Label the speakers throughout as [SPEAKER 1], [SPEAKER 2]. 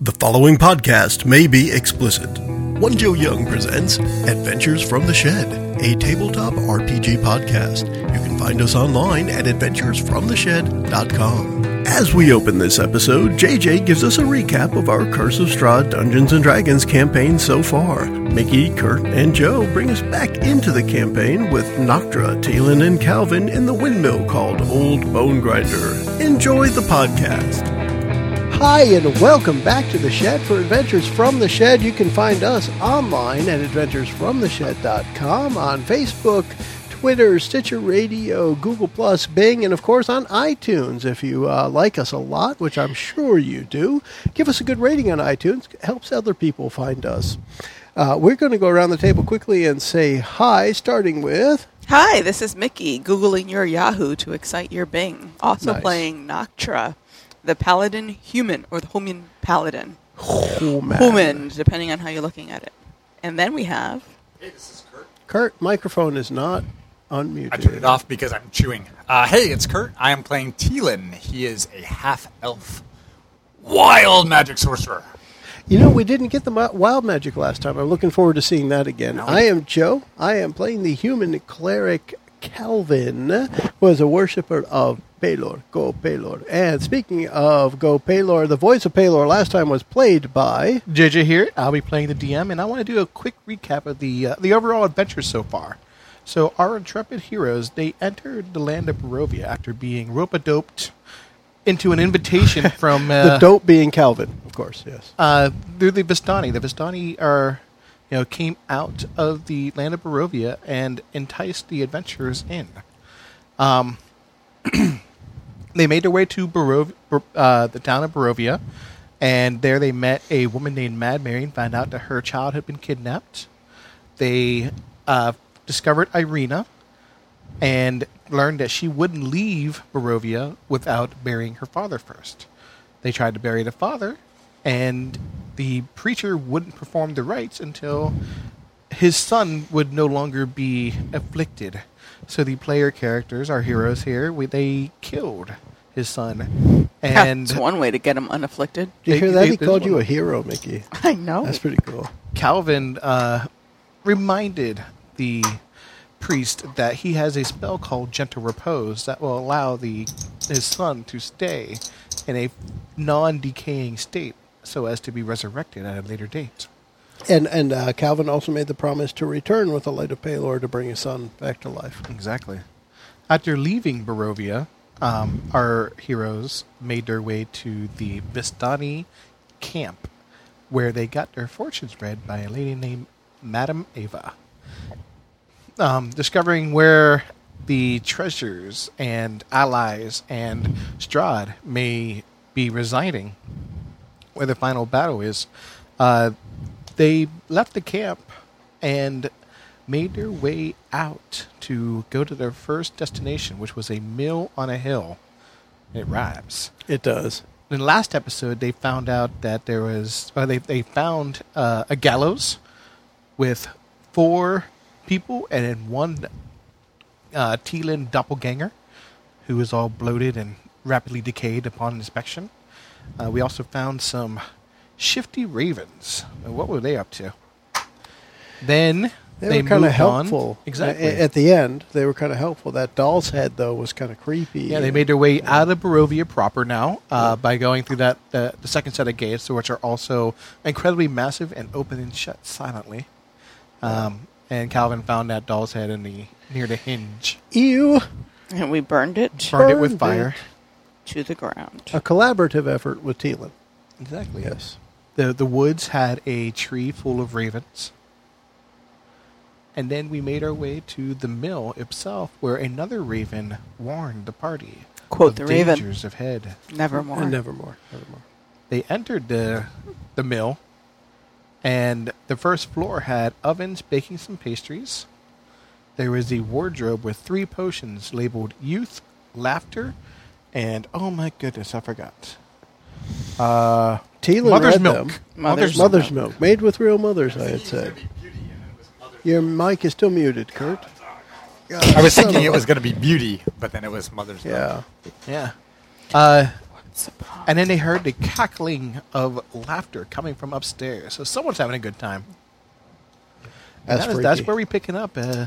[SPEAKER 1] The following podcast may be explicit. One Joe Young presents Adventures from the Shed, a tabletop RPG podcast. You can find us online at adventuresfromtheshed.com. As we open this episode, JJ gives us a recap of our Curse of Strahd Dungeons and Dragons campaign so far. Mickey, Kurt, and Joe bring us back into the campaign with Noctra, Talon, and Calvin in the windmill called Old Bone Grinder. Enjoy the podcast.
[SPEAKER 2] Hi, and welcome back to The Shed for Adventures from the Shed. You can find us online at adventuresfromtheshed.com, on Facebook, Twitter, Stitcher Radio, Google, Plus, Bing, and of course on iTunes. If you uh, like us a lot, which I'm sure you do, give us a good rating on iTunes. It helps other people find us. Uh, we're going to go around the table quickly and say hi, starting with.
[SPEAKER 3] Hi, this is Mickey, Googling your Yahoo to excite your Bing. Also
[SPEAKER 2] Nice.
[SPEAKER 3] playing Noctra, the paladin human, or the human paladin.
[SPEAKER 2] Human.
[SPEAKER 3] Human, depending on how you're looking at it. And then we have.
[SPEAKER 2] Kurt, microphone is not unmuted.
[SPEAKER 4] I turned it off because I'm chewing. Uh, hey, it's Kurt. I am playing Teelan. He is a half elf, wild magic sorcerer.
[SPEAKER 2] You know, we didn't get the mi- wild magic last time. I'm looking forward to seeing that again. I am Joe. I am playing the human cleric Calvin, who is a worshiper of Pelor, Go Pelor. And speaking of Go Pelor, the voice of Pelor last time was played by.
[SPEAKER 5] JJ here. I'll be playing the DM, and I want to do a quick recap of the uh, the overall adventure so far. So, our intrepid heroes they entered the land of Barovia after being rope doped into an invitation from uh,
[SPEAKER 2] The dope being Calvin, of course, yes.
[SPEAKER 5] uh, through the Vistani. The Vistani are, you know, came out of the land of Barovia and enticed the adventurers in. Um, they made their way to Barov- Bar- uh, the town of Barovia, and there they met a woman named Mad Mary and found out that her child had been kidnapped. They uh, discovered Irina and learned that she wouldn't leave Barovia without burying her father first. They tried to bury the father, and the preacher wouldn't perform the rites until his son would no longer be afflicted. So the player characters, our heroes here, we, they killed his son, and
[SPEAKER 3] That's one way to get him unafflicted.
[SPEAKER 2] Did you
[SPEAKER 5] they-
[SPEAKER 2] hear that?
[SPEAKER 5] they-
[SPEAKER 2] He
[SPEAKER 5] they-
[SPEAKER 2] called you a hero, Mickey.
[SPEAKER 3] I know.
[SPEAKER 2] That's pretty cool.
[SPEAKER 5] Calvin uh, reminded the priest that he has a spell called Gentle Repose that will allow the his son to stay in a non-decaying state, so as to be resurrected at a later date.
[SPEAKER 2] And and uh, Calvin also made the promise to return with the light of Pelor to bring his son back to life.
[SPEAKER 5] Exactly. After leaving Barovia, um, our heroes made their way to the Vistani camp, where they got their fortunes read by a lady named Madame Ava. Um, discovering where the treasures and allies and Strahd may be residing, where the final battle is, uh, they left the camp and made their way out to go to their first destination, which was a mill on a hill. It rhymes.
[SPEAKER 2] It does.
[SPEAKER 5] In the last episode, they found out that there was, or they, they found uh, a gallows with four people and then one uh, Teelan doppelganger who was all bloated and rapidly decayed upon inspection. Uh, we also found some shifty ravens. Uh, What were they up to? Then
[SPEAKER 2] They,
[SPEAKER 5] they,
[SPEAKER 2] were kind of
[SPEAKER 5] moved on-
[SPEAKER 2] helpful.
[SPEAKER 5] Exactly.
[SPEAKER 2] A- At the end, they were kind of helpful. That doll's head, though, was kind of creepy.
[SPEAKER 5] Yeah, they made their way out of Barovia proper now uh, by going through that uh, the second set of gates, which are also incredibly massive and open and shut silently. Um, and Calvin found that doll's head in the near the hinge,
[SPEAKER 2] Ew.
[SPEAKER 3] And we burned it
[SPEAKER 5] burned it with
[SPEAKER 2] Burned
[SPEAKER 5] fire.
[SPEAKER 3] to the ground.
[SPEAKER 2] A collaborative effort with Teelan.
[SPEAKER 5] Exactly.
[SPEAKER 2] Yes.
[SPEAKER 5] The the woods had a tree full of ravens. And then we made our way to the mill itself, where another raven warned the party
[SPEAKER 3] Quote
[SPEAKER 5] of
[SPEAKER 3] the raven.
[SPEAKER 5] dangers of head.
[SPEAKER 3] Nevermore.
[SPEAKER 2] And uh, nevermore. Nevermore.
[SPEAKER 5] they entered the the mill, and the first floor had ovens baking some pastries. There was a wardrobe with three potions labeled youth, laughter, and oh my goodness, I forgot. Uh,
[SPEAKER 2] Teelan
[SPEAKER 5] mother's
[SPEAKER 2] read
[SPEAKER 5] milk.
[SPEAKER 2] them.
[SPEAKER 3] Mother's
[SPEAKER 2] Mother's milk. Made with real mothers, I had said. Your mic is still muted, Kurt.
[SPEAKER 4] I was thinking it was going to be beauty, but then it was mother's.
[SPEAKER 2] Yeah.
[SPEAKER 5] Yeah. Uh,
[SPEAKER 3] It's a pop.
[SPEAKER 5] And then they heard the cackling of laughter coming from upstairs. So someone's having a good time. And
[SPEAKER 2] That's
[SPEAKER 5] that is- that's
[SPEAKER 2] freaky.
[SPEAKER 5] where we're picking up. Uh,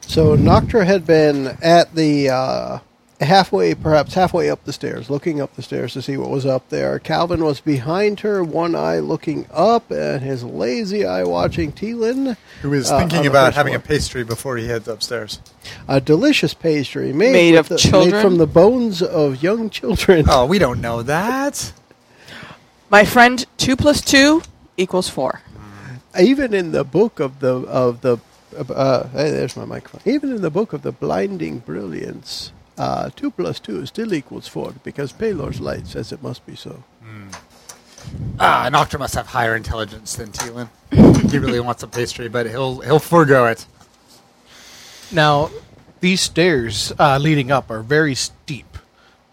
[SPEAKER 2] So Noctra had been at the uh, halfway, perhaps halfway up the stairs, looking up the stairs to see what was up there. Calvin was behind her, one eye looking up, and his lazy eye watching Teelan.
[SPEAKER 6] Who is
[SPEAKER 2] uh, on
[SPEAKER 6] thinking
[SPEAKER 2] the
[SPEAKER 6] about
[SPEAKER 2] first
[SPEAKER 6] having a
[SPEAKER 2] floor.
[SPEAKER 6] pastry before he heads upstairs?
[SPEAKER 2] a delicious pastry made,
[SPEAKER 3] Made
[SPEAKER 2] with
[SPEAKER 3] of
[SPEAKER 2] the-
[SPEAKER 3] children?
[SPEAKER 2] from the bones of young children.
[SPEAKER 4] Oh, we don't know that.
[SPEAKER 3] My friend, two plus two equals four.
[SPEAKER 2] Even in the book of the of the uh, hey, there's my microphone. Even in the book of the blinding brilliance, uh, two plus two still equals four because Pelor's light says it must be so.
[SPEAKER 4] Ah, an Octa must have higher intelligence than Teelan. he really wants a pastry, but he'll he'll forego it.
[SPEAKER 5] now, these stairs uh, leading up are very steep.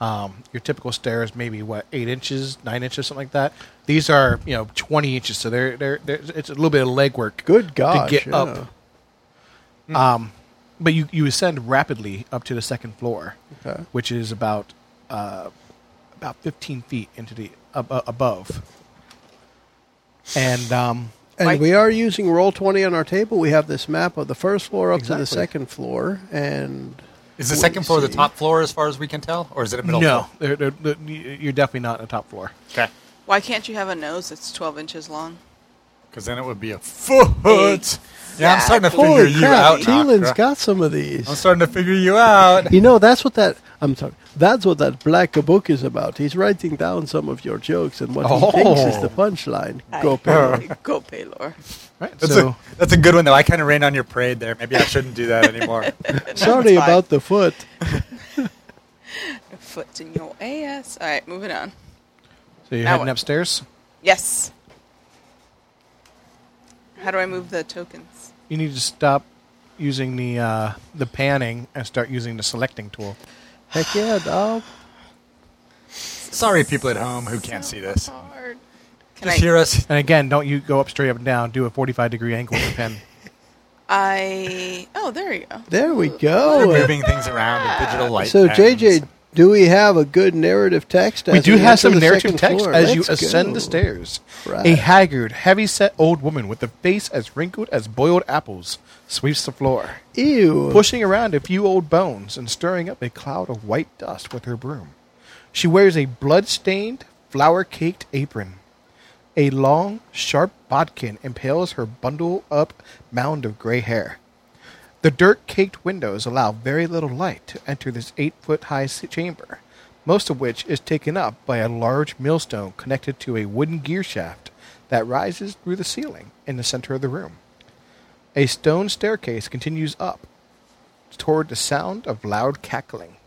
[SPEAKER 5] Um, your typical stair is maybe what eight inches, nine inches, something like that. These are you know twenty inches, so they're, they're, they're it's a little bit of legwork.
[SPEAKER 2] Good God!
[SPEAKER 5] to get up. Um, but you, you ascend rapidly up to the second floor,
[SPEAKER 2] Okay.
[SPEAKER 5] which is about uh, about fifteen feet into the ab- uh, above. And um,
[SPEAKER 2] And
[SPEAKER 3] Right.
[SPEAKER 2] we are using roll twenty on our table. We have this map of the first floor up to the
[SPEAKER 5] Exactly.
[SPEAKER 2] second floor, and
[SPEAKER 4] Is the
[SPEAKER 2] we
[SPEAKER 4] second floor the
[SPEAKER 2] see-
[SPEAKER 4] top floor as far as we can tell, or is it a middle?
[SPEAKER 5] no,
[SPEAKER 4] floor?
[SPEAKER 5] they're, they're, they're- you're definitely not on the top floor.
[SPEAKER 4] Okay.
[SPEAKER 3] Why can't you have a nose that's 12 inches long?
[SPEAKER 4] Because then it would be a foot. Yeah, I'm starting to figure
[SPEAKER 2] Holy
[SPEAKER 4] you out.
[SPEAKER 2] crap! Teelan's
[SPEAKER 4] Noctra.
[SPEAKER 2] got some of
[SPEAKER 4] I'm
[SPEAKER 2] these.
[SPEAKER 4] starting to figure you out.
[SPEAKER 2] You know, that's what that. I'm sorry. That's what that black book is about. He's writing down some of your jokes and what he thinks is the
[SPEAKER 5] Oh.
[SPEAKER 2] punchline.
[SPEAKER 3] I-
[SPEAKER 2] Go, Pelor.
[SPEAKER 3] Go, Paylor.
[SPEAKER 5] Right.
[SPEAKER 4] That's,
[SPEAKER 5] so
[SPEAKER 4] a, that's a good one, though. I kind of ran on your parade there. Maybe I shouldn't do that anymore.
[SPEAKER 2] Sorry
[SPEAKER 4] That's fine.
[SPEAKER 2] about the foot.
[SPEAKER 3] Foot's in your ass. All right, moving on.
[SPEAKER 5] so you're
[SPEAKER 3] Now
[SPEAKER 5] heading
[SPEAKER 3] what?
[SPEAKER 5] upstairs.
[SPEAKER 3] Yes. How do I move the tokens?
[SPEAKER 5] You need to stop using the uh, the panning and start using the selecting tool.
[SPEAKER 2] Heck yeah, dog.
[SPEAKER 4] Sorry, people at home who can't see this.
[SPEAKER 3] Hard. Can
[SPEAKER 4] Just
[SPEAKER 3] I,
[SPEAKER 4] hear us.
[SPEAKER 5] And again, don't you go up straight up and down. Do a 45 degree angle with the pen.
[SPEAKER 3] I. Oh, there you go.
[SPEAKER 2] There we
[SPEAKER 4] We're
[SPEAKER 2] go.
[SPEAKER 4] moving things around with digital light.
[SPEAKER 2] So,
[SPEAKER 4] pens.
[SPEAKER 2] JJ, do we have a good narrative text?
[SPEAKER 5] we
[SPEAKER 2] as
[SPEAKER 5] do have
[SPEAKER 2] enter
[SPEAKER 5] some
[SPEAKER 2] the
[SPEAKER 5] narrative
[SPEAKER 2] second
[SPEAKER 5] text
[SPEAKER 2] floor?
[SPEAKER 5] as you
[SPEAKER 2] Let's
[SPEAKER 5] ascend
[SPEAKER 2] go.
[SPEAKER 5] the stairs.
[SPEAKER 2] Right.
[SPEAKER 5] A haggard, heavy-set old woman with a face as wrinkled as boiled apples sweeps the floor,
[SPEAKER 2] Ew.
[SPEAKER 5] pushing around a few old bones and stirring up a cloud of white dust with her broom. She wears a blood-stained, flour-caked apron. A long, sharp bodkin impales her bundle-up mound of gray hair. The dirt caked windows allow very little light to enter this eight foot high s- chamber, most of which is taken up by a large millstone connected to a wooden gear shaft that rises through the ceiling in the center of the room. A stone staircase continues up toward the sound of loud cackling.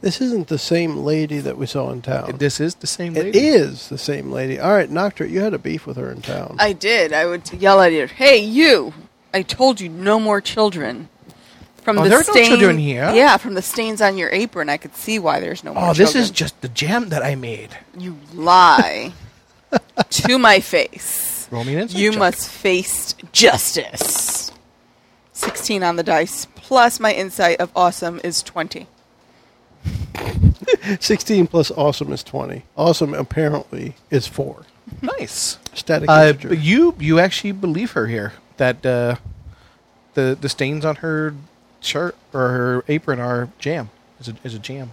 [SPEAKER 2] This isn't the same lady that we saw in town.
[SPEAKER 5] This is the same
[SPEAKER 2] It
[SPEAKER 5] lady.
[SPEAKER 2] is the same lady. All right, Noctra, you had a beef with her in town.
[SPEAKER 3] I did. I would yell at her, "Hey, you! I told you no more children." From
[SPEAKER 5] Oh,
[SPEAKER 3] the
[SPEAKER 5] there are no
[SPEAKER 3] stain,
[SPEAKER 5] children here.
[SPEAKER 3] Yeah, from the stains on your apron, I could see why there's no more.
[SPEAKER 5] Oh, this is
[SPEAKER 3] children.
[SPEAKER 5] just the jam that I made.
[SPEAKER 3] you lie to my face.
[SPEAKER 5] Roll me an insight
[SPEAKER 3] You
[SPEAKER 5] check.
[SPEAKER 3] must face justice. Sixteen on the dice plus my insight of awesome is twenty.
[SPEAKER 2] 16 plus awesome is 20. Awesome apparently is 4.
[SPEAKER 5] Nice.
[SPEAKER 2] Static
[SPEAKER 5] Uh,
[SPEAKER 2] integer.
[SPEAKER 5] but you you actually believe her here that uh, the the stains on her shirt or her apron are jam is a, is a jam.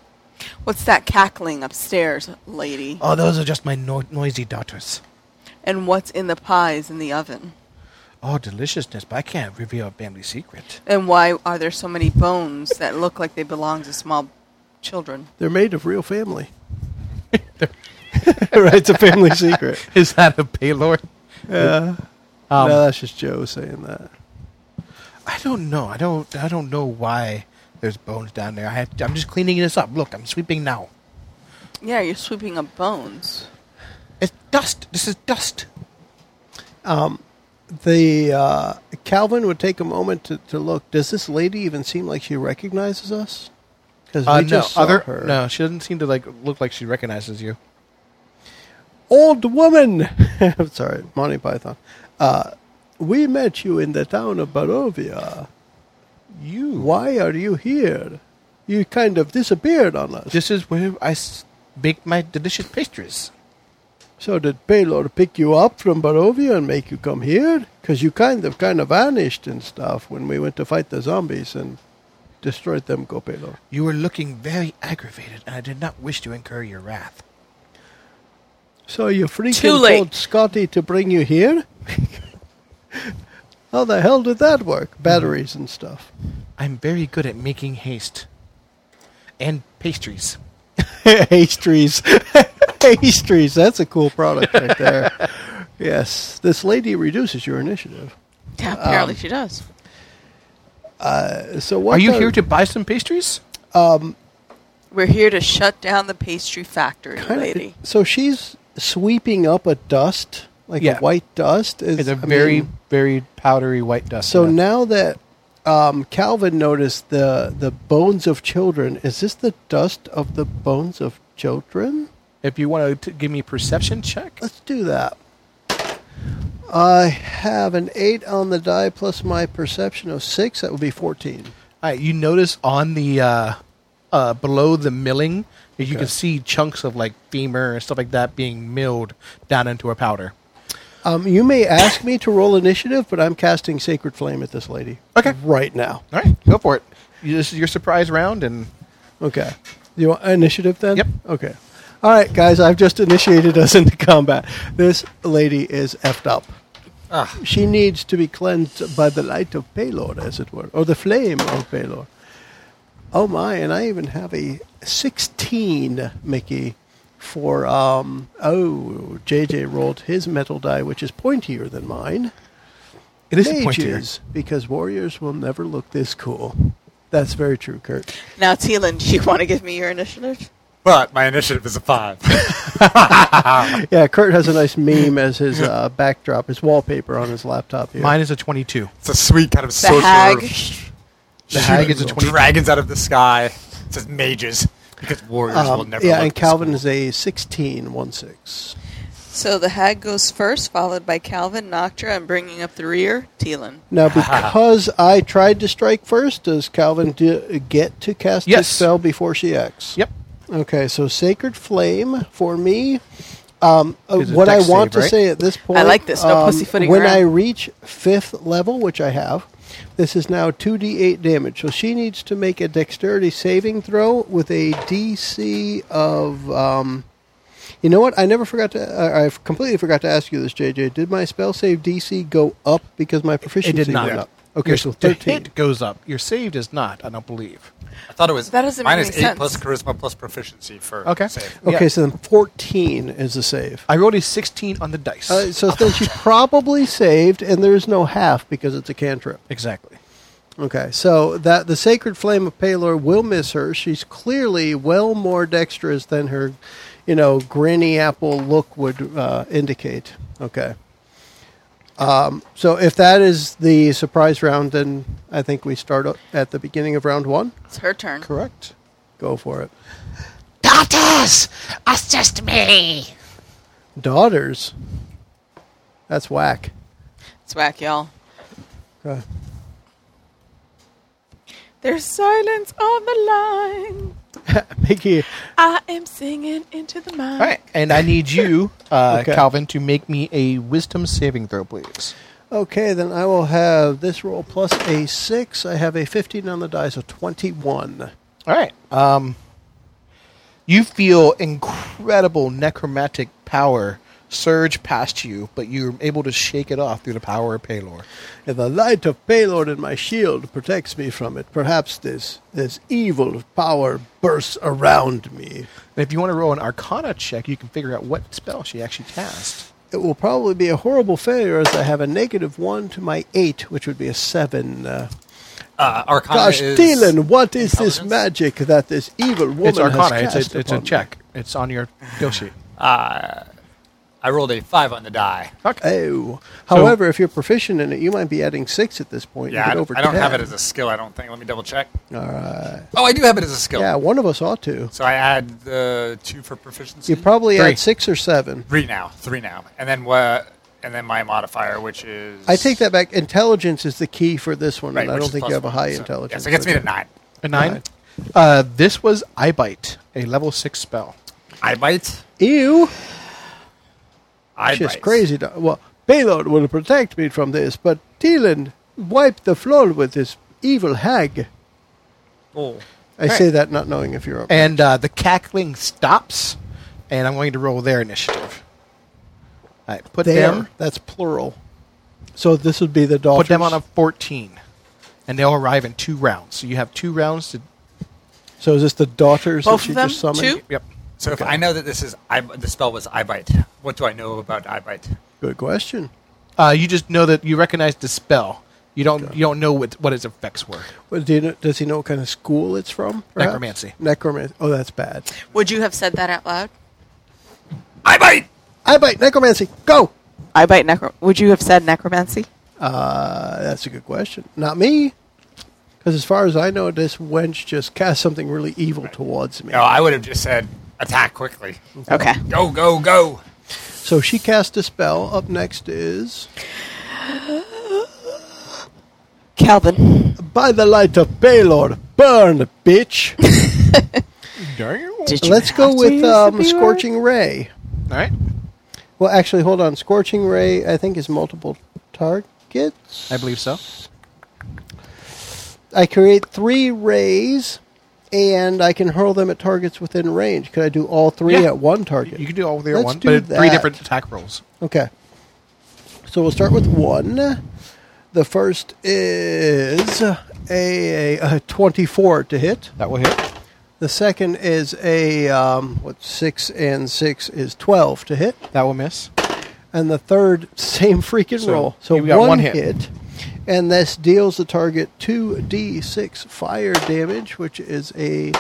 [SPEAKER 3] What's that cackling upstairs, lady?
[SPEAKER 5] Oh, those are just my no- noisy daughters.
[SPEAKER 3] And what's in the pies in the oven?
[SPEAKER 5] Oh, deliciousness! But I can't reveal a family secret.
[SPEAKER 3] And why are there so many bones that look like they belong to small children?
[SPEAKER 2] They're made of real family. right, it's a family secret.
[SPEAKER 5] Is that a paylord?
[SPEAKER 2] Yeah.
[SPEAKER 5] Um,
[SPEAKER 2] no, that's just Joe saying that.
[SPEAKER 5] I don't know. I don't. I don't know why there's bones down there. I have I'm just cleaning this up. Look, I'm sweeping now.
[SPEAKER 3] Yeah, you're sweeping up bones.
[SPEAKER 5] It's dust. This is dust.
[SPEAKER 2] The uh, Calvin would take a moment to, to look. Does this lady even seem like she recognizes us? Because
[SPEAKER 5] Uh,
[SPEAKER 2] we just
[SPEAKER 5] no,
[SPEAKER 2] saw
[SPEAKER 5] other
[SPEAKER 2] her.
[SPEAKER 5] no. She doesn't seem to like look like she recognizes you.
[SPEAKER 2] old woman. I'm sorry, Monty Python. Uh, we met you in the town of Barovia.
[SPEAKER 5] You.
[SPEAKER 2] Why are you here? You kind of disappeared on us.
[SPEAKER 5] This is where I s- bake my delicious pastries.
[SPEAKER 2] So did Pelor pick you up from Barovia and make you come here? Because you kind of kind of vanished and stuff when we went to fight the zombies and destroyed them, go Pelor.
[SPEAKER 5] You were looking very aggravated, and I did not wish to incur your wrath.
[SPEAKER 2] So you freaking
[SPEAKER 3] Too late.
[SPEAKER 2] told Scotty to bring you here? How the hell did that work? Batteries and stuff.
[SPEAKER 5] I'm very good at making haste and pastries.
[SPEAKER 2] Hastries. Hastries. That's a cool product right there. yes. This lady reduces your initiative.
[SPEAKER 3] Yeah, apparently she does.
[SPEAKER 2] Uh, So what
[SPEAKER 5] Are you
[SPEAKER 2] the-
[SPEAKER 5] here to buy some pastries?
[SPEAKER 3] We're here to shut down the pastry factory,
[SPEAKER 2] Kinda-
[SPEAKER 3] lady.
[SPEAKER 2] So she's sweeping up a dust, like
[SPEAKER 5] Yeah.
[SPEAKER 2] a white dust. Is,
[SPEAKER 5] It's a
[SPEAKER 2] I
[SPEAKER 5] very,
[SPEAKER 2] mean,
[SPEAKER 5] very powdery white dust.
[SPEAKER 2] so
[SPEAKER 5] yeah.
[SPEAKER 2] now that um, Calvin noticed the the bones of children, is this the dust of the bones of children?
[SPEAKER 5] if you want to give me a perception check,
[SPEAKER 2] Let's do that. I have an eight on the die plus my perception of six. That would be fourteen.
[SPEAKER 5] All right, you notice on the uh, uh, below the milling, you
[SPEAKER 2] Okay.
[SPEAKER 5] can see chunks of like femur and stuff like that being milled down into a powder.
[SPEAKER 2] Um, you may ask me to roll initiative, but I'm casting Sacred Flame at this lady.
[SPEAKER 5] Okay.
[SPEAKER 2] Right now.
[SPEAKER 5] All right, go for it. You, this is your surprise round, and
[SPEAKER 2] Okay. You want initiative then?
[SPEAKER 5] Yep.
[SPEAKER 2] Okay. All right, guys. I've just initiated us into combat. This lady is effed up. She needs to be cleansed by the light of Pelor, as it were, or the flame of Pelor. Oh my! And I even have a sixteen, Mickey, for um. Oh, JJ rolled his metal die, which is pointier than mine
[SPEAKER 5] it is
[SPEAKER 2] mages, because warriors will never look this cool. That's very true, Kurt.
[SPEAKER 3] Now, Teelan, do you want to give me your initiative?
[SPEAKER 4] But my initiative is a five.
[SPEAKER 2] Yeah, Kurt has a nice meme as his uh, backdrop, his wallpaper on his laptop here.
[SPEAKER 5] Mine is a twenty-two.
[SPEAKER 4] it's a sweet kind of sorcerer.
[SPEAKER 3] hag.
[SPEAKER 5] The hag is a
[SPEAKER 4] Shooting
[SPEAKER 5] 22.
[SPEAKER 4] Dragons out of the sky. It says mages because warriors will
[SPEAKER 2] um,
[SPEAKER 4] never.
[SPEAKER 2] yeah,
[SPEAKER 4] look
[SPEAKER 2] and
[SPEAKER 4] this
[SPEAKER 2] Calvin
[SPEAKER 4] cool.
[SPEAKER 2] is a 16, 1 6.
[SPEAKER 3] So the hag goes first, followed by Calvin, Noctra, and bringing up the rear, Teelan.
[SPEAKER 2] Now, because I tried to strike first, does Calvin do, get to cast his
[SPEAKER 5] Yes.
[SPEAKER 2] spell before she acts?
[SPEAKER 5] Yep.
[SPEAKER 2] Okay, so Sacred Flame for me. Um, uh,
[SPEAKER 5] Is a
[SPEAKER 2] what I
[SPEAKER 5] dex
[SPEAKER 2] want
[SPEAKER 5] save,
[SPEAKER 2] to
[SPEAKER 5] right?
[SPEAKER 2] say at this point, um,
[SPEAKER 3] like this, no pussyfooting
[SPEAKER 2] When
[SPEAKER 3] around.
[SPEAKER 2] I reach fifth level, which I have, this is now two d eight damage. So she needs to make a dexterity saving throw with a DC of. Um, you know what? I never forgot to. I I've completely forgot to ask you this, JJ. Did my spell save DC go up because my
[SPEAKER 5] It
[SPEAKER 2] proficiency
[SPEAKER 5] did not.
[SPEAKER 2] went up? Okay,
[SPEAKER 5] Your-
[SPEAKER 2] so
[SPEAKER 5] the
[SPEAKER 2] thirteen.
[SPEAKER 5] hit goes up. Your save does not. I don't believe.
[SPEAKER 4] I thought it was
[SPEAKER 3] That doesn't
[SPEAKER 4] mine
[SPEAKER 3] make
[SPEAKER 4] is eight
[SPEAKER 3] any sense.
[SPEAKER 4] plus charisma plus proficiency for
[SPEAKER 5] Okay.
[SPEAKER 4] save.
[SPEAKER 5] Yeah.
[SPEAKER 2] Okay, so then fourteen is the save.
[SPEAKER 5] I rolled a sixteen on the dice.
[SPEAKER 2] Uh, so then she probably saved, and there's no half because it's a cantrip.
[SPEAKER 5] exactly.
[SPEAKER 2] Okay, so that the sacred flame of Palor will miss her. She's clearly well more dexterous than her, you know, granny apple look would uh, indicate. Okay. Um, so if that is the surprise round, then I think we start o- at the beginning of round one.
[SPEAKER 3] It's her turn.
[SPEAKER 2] Correct. Go for it.
[SPEAKER 7] Daughters, assist me.
[SPEAKER 2] Daughters. That's whack.
[SPEAKER 3] It's whack, y'all.
[SPEAKER 2] Okay.
[SPEAKER 3] There's silence on the line.
[SPEAKER 2] Mickey,
[SPEAKER 3] I am singing into the mic.
[SPEAKER 5] All right, and I need you, uh,
[SPEAKER 2] Okay.
[SPEAKER 5] Calvin, to make me a wisdom saving throw, please.
[SPEAKER 2] Okay, then I will have this roll plus a six. I have a 15 on the die, so 21.
[SPEAKER 5] All right. Um, you feel incredible necromantic power surge past you, but you're able to shake it off through the power of Paylor.
[SPEAKER 2] And the light of Paylord in my shield protects me from it. Perhaps this, this evil power bursts around me.
[SPEAKER 5] And if you want to roll an Arcana check, you can figure out what spell she actually cast.
[SPEAKER 2] It will probably be a horrible failure as I have a negative one to my eight, which would be a seven. Uh,
[SPEAKER 4] Uh, Arcana
[SPEAKER 2] gosh,
[SPEAKER 4] is
[SPEAKER 2] Dylan, what is this
[SPEAKER 4] intelligence?
[SPEAKER 2] magic that this evil woman
[SPEAKER 5] it's Arcana.
[SPEAKER 2] has
[SPEAKER 5] It's
[SPEAKER 2] cast
[SPEAKER 5] a, it's a
[SPEAKER 2] upon me?
[SPEAKER 5] check. It's on your go sheet.
[SPEAKER 4] I rolled a five on the die.
[SPEAKER 2] Oh. However, if you're proficient in it, you might be adding six at this point.
[SPEAKER 4] Yeah, I,
[SPEAKER 2] you get
[SPEAKER 4] don't-
[SPEAKER 2] over
[SPEAKER 4] I don't have
[SPEAKER 2] 10.
[SPEAKER 4] it as a skill. I don't think. Let me double check. All right. Oh, I do have it as a skill.
[SPEAKER 2] Yeah, one of us ought to.
[SPEAKER 4] So I add the two for proficiency.
[SPEAKER 2] You probably
[SPEAKER 5] Three.
[SPEAKER 2] had six or seven.
[SPEAKER 4] three now, three now, and then what? And then my modifier, which is
[SPEAKER 2] I take that back. Intelligence is the key for this one, and I
[SPEAKER 4] which
[SPEAKER 2] don't
[SPEAKER 4] is
[SPEAKER 2] think
[SPEAKER 4] plus
[SPEAKER 2] you have a
[SPEAKER 4] one,
[SPEAKER 2] high
[SPEAKER 4] so-
[SPEAKER 2] intelligence.
[SPEAKER 4] Yeah, so it gets me
[SPEAKER 2] Uh, Okay.
[SPEAKER 4] to nine.
[SPEAKER 5] A nine. Uh, this was Eye Bite, a level six spell.
[SPEAKER 4] I bite.
[SPEAKER 2] Ew.
[SPEAKER 4] I
[SPEAKER 2] Just
[SPEAKER 4] bite.
[SPEAKER 2] crazy. dog. Well, Balon will protect me from this, but Teelan wiped the floor with his evil hag.
[SPEAKER 6] Oh.
[SPEAKER 2] I say that not knowing if you're up.
[SPEAKER 5] And uh, the cackling stops, and I'm going to roll their initiative. I put them
[SPEAKER 2] That's plural. So this would be the dolphins.
[SPEAKER 5] put them on a 14, and they'll arrive in two rounds. So you have two rounds to.
[SPEAKER 2] So is this the daughters
[SPEAKER 3] Both
[SPEAKER 2] that
[SPEAKER 3] of
[SPEAKER 2] she
[SPEAKER 3] them?
[SPEAKER 2] just summoned?
[SPEAKER 3] Two?
[SPEAKER 5] Yep.
[SPEAKER 4] So if I know that this is I, the spell was I bite, what do I know about I bite?
[SPEAKER 2] Good question.
[SPEAKER 5] Uh, you just know that you recognize the spell. You don't. You don't know what what its effects were.
[SPEAKER 2] Well, do you know, does he know what kind of school it's from? perhaps?
[SPEAKER 5] Necromancy.
[SPEAKER 2] Necromancy. Oh, that's bad.
[SPEAKER 3] Would you have said that out loud?
[SPEAKER 4] I bite.
[SPEAKER 2] I bite necromancy. Go.
[SPEAKER 3] I bite necro. Would you have said necromancy?
[SPEAKER 2] Uh, that's a good question. Not me. Because as far as I know, this wench just cast something really evil towards me.
[SPEAKER 4] No, Oh, I would have just said attack quickly.
[SPEAKER 3] Okay.
[SPEAKER 4] Go go go.
[SPEAKER 2] So she cast a spell. Up next is
[SPEAKER 3] Calvin,
[SPEAKER 2] by the light of Baylor, burn, bitch.
[SPEAKER 3] did you
[SPEAKER 2] Let's go
[SPEAKER 3] have to use
[SPEAKER 2] with
[SPEAKER 3] the
[SPEAKER 2] um,
[SPEAKER 3] B word?
[SPEAKER 2] scorching ray.
[SPEAKER 5] All right.
[SPEAKER 2] Well, actually, hold on. Scorching ray, I think, is multiple targets.
[SPEAKER 5] I believe so.
[SPEAKER 2] I create three rays, and I can hurl them at targets within range. Could I do all three
[SPEAKER 5] Yeah.
[SPEAKER 2] at one target?
[SPEAKER 5] You can do all their
[SPEAKER 2] Let's
[SPEAKER 5] one,
[SPEAKER 2] do
[SPEAKER 5] but it- three
[SPEAKER 2] that.
[SPEAKER 5] different attack rolls.
[SPEAKER 2] Okay. So we'll start with one. The first is a, a, a 24 to hit.
[SPEAKER 5] That will hit.
[SPEAKER 2] The second is a, um, what, 6 and 6 is 12 to hit.
[SPEAKER 5] That will miss.
[SPEAKER 2] And the third, same freaking
[SPEAKER 5] So,
[SPEAKER 2] roll. So
[SPEAKER 5] you've got
[SPEAKER 2] one,
[SPEAKER 5] one
[SPEAKER 2] hit.
[SPEAKER 5] hit.
[SPEAKER 2] And this deals the target 2d6 fire damage, which is a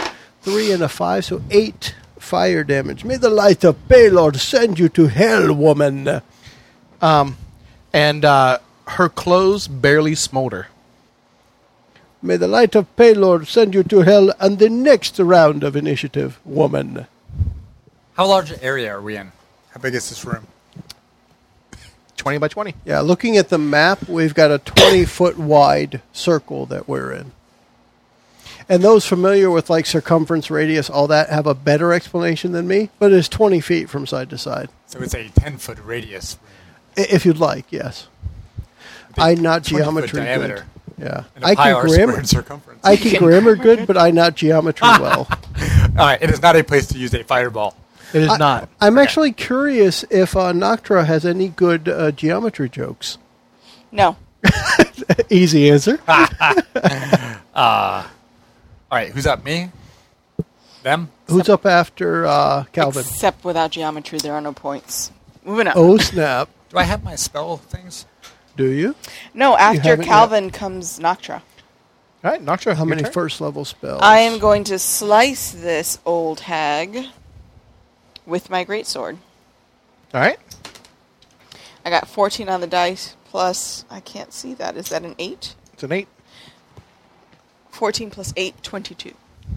[SPEAKER 2] 3 and a 5, so 8 fire damage. May the light of Baylord send you to hell, woman.
[SPEAKER 5] And uh, her clothes barely smolder.
[SPEAKER 2] May the light of Paylord send you to hell and the next round of initiative, woman.
[SPEAKER 4] How large an area are we in? How big is this room?
[SPEAKER 5] Twenty by twenty.
[SPEAKER 2] Yeah, looking at the map, we've got a 20 foot wide circle that we're in. And those familiar with like circumference, radius, all that have a better explanation than me, but it's 20 feet from side to side.
[SPEAKER 4] So it's a ten foot radius,
[SPEAKER 2] I- If you'd like, yes. I'm not
[SPEAKER 4] 20 foot
[SPEAKER 2] geometry good.
[SPEAKER 4] diameter.
[SPEAKER 2] Yeah.
[SPEAKER 4] and a
[SPEAKER 2] I
[SPEAKER 4] pi
[SPEAKER 2] can
[SPEAKER 4] r
[SPEAKER 2] grammar.
[SPEAKER 4] squared circumference.
[SPEAKER 2] I can grammar good, but I'm not geometry well.
[SPEAKER 4] All right, it is not a place to use a fireball.
[SPEAKER 5] It is
[SPEAKER 2] I-
[SPEAKER 5] not.
[SPEAKER 2] I'm actually curious if uh, Noctra has any good uh, geometry jokes.
[SPEAKER 3] No.
[SPEAKER 2] Easy answer.
[SPEAKER 4] All right, who's up? Me? Them?
[SPEAKER 2] Who's up after uh, Calvin?
[SPEAKER 3] Except without geometry, there are no points. Moving on.
[SPEAKER 2] Oh snap!
[SPEAKER 4] Do I have my spell things?
[SPEAKER 2] Do you?
[SPEAKER 3] no, after
[SPEAKER 2] haven't yet.
[SPEAKER 3] Calvin comes Noctra.
[SPEAKER 5] All right, Noctra.
[SPEAKER 2] How
[SPEAKER 5] your
[SPEAKER 2] many
[SPEAKER 5] turn.
[SPEAKER 2] first level spells?
[SPEAKER 3] I am going to slice this old hag with my greatsword.
[SPEAKER 5] All right.
[SPEAKER 3] I got 14 on the dice, plus, I can't see that. Is that an 8?
[SPEAKER 5] It's an eight.
[SPEAKER 3] 14 plus 8, 22.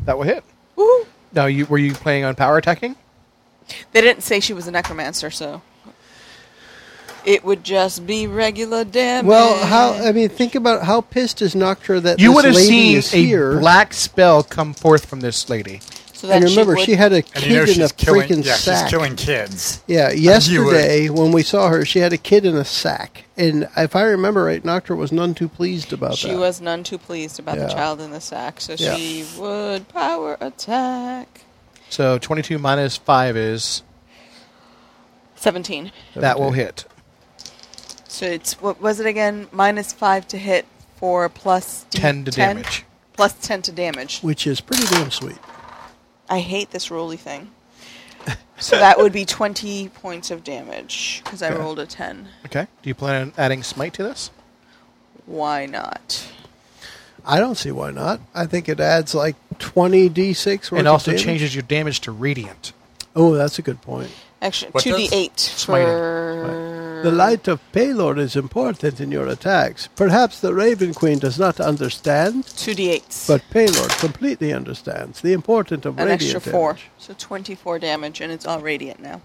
[SPEAKER 5] That will hit.
[SPEAKER 3] Woohoo!
[SPEAKER 5] Now, you were you playing on power attacking?
[SPEAKER 3] They didn't say she was a necromancer, so it would just be regular damage.
[SPEAKER 2] Well, how? I mean, think about how pissed is Noctra that
[SPEAKER 5] You
[SPEAKER 2] this
[SPEAKER 5] would have
[SPEAKER 2] lady
[SPEAKER 5] seen
[SPEAKER 2] is
[SPEAKER 5] a
[SPEAKER 2] here.
[SPEAKER 5] black spell come forth from this lady.
[SPEAKER 3] so that
[SPEAKER 2] and remember,
[SPEAKER 3] would-
[SPEAKER 2] she, had a
[SPEAKER 4] And
[SPEAKER 2] kid
[SPEAKER 4] you know
[SPEAKER 2] in a
[SPEAKER 4] she's killing.
[SPEAKER 2] freaking
[SPEAKER 4] yeah,
[SPEAKER 2] sack.
[SPEAKER 4] she's killing kids.
[SPEAKER 2] Yeah,
[SPEAKER 4] you would-
[SPEAKER 2] yesterday when we saw her, she had a kid in a sack, and if I remember right, Noctra was none too pleased about
[SPEAKER 3] She
[SPEAKER 2] that.
[SPEAKER 3] was none too pleased about
[SPEAKER 2] Yeah.
[SPEAKER 3] the child in the sack, so
[SPEAKER 2] Yeah.
[SPEAKER 3] she would power attack.
[SPEAKER 5] So twenty-two minus five is
[SPEAKER 3] 17.
[SPEAKER 5] that will hit.
[SPEAKER 3] So it's, what was it again? Minus 5 to hit for plus D-
[SPEAKER 5] Ten to damage.
[SPEAKER 3] Plus 10 to damage.
[SPEAKER 2] which is pretty damn sweet.
[SPEAKER 3] I hate this roly thing. So that would be 20 points of damage because I rolled a 10.
[SPEAKER 5] Okay. Do you plan on adding smite to this?
[SPEAKER 3] Why not?
[SPEAKER 2] I don't see why not. I think it adds like twenty d6. worth of
[SPEAKER 5] It also
[SPEAKER 2] damage.
[SPEAKER 5] changes your damage to radiant.
[SPEAKER 2] Oh, that's a good point.
[SPEAKER 3] Actually,
[SPEAKER 4] What
[SPEAKER 3] 2d8
[SPEAKER 5] Smiting.
[SPEAKER 3] for.
[SPEAKER 2] The light of Paylor is important in your attacks. Perhaps the Raven Queen does not understand,
[SPEAKER 3] 2d8s.
[SPEAKER 2] but Paylor completely understands the importance of
[SPEAKER 3] An
[SPEAKER 2] radiant
[SPEAKER 3] extra 4.
[SPEAKER 2] damage.
[SPEAKER 3] So 24 damage, and it's all radiant now.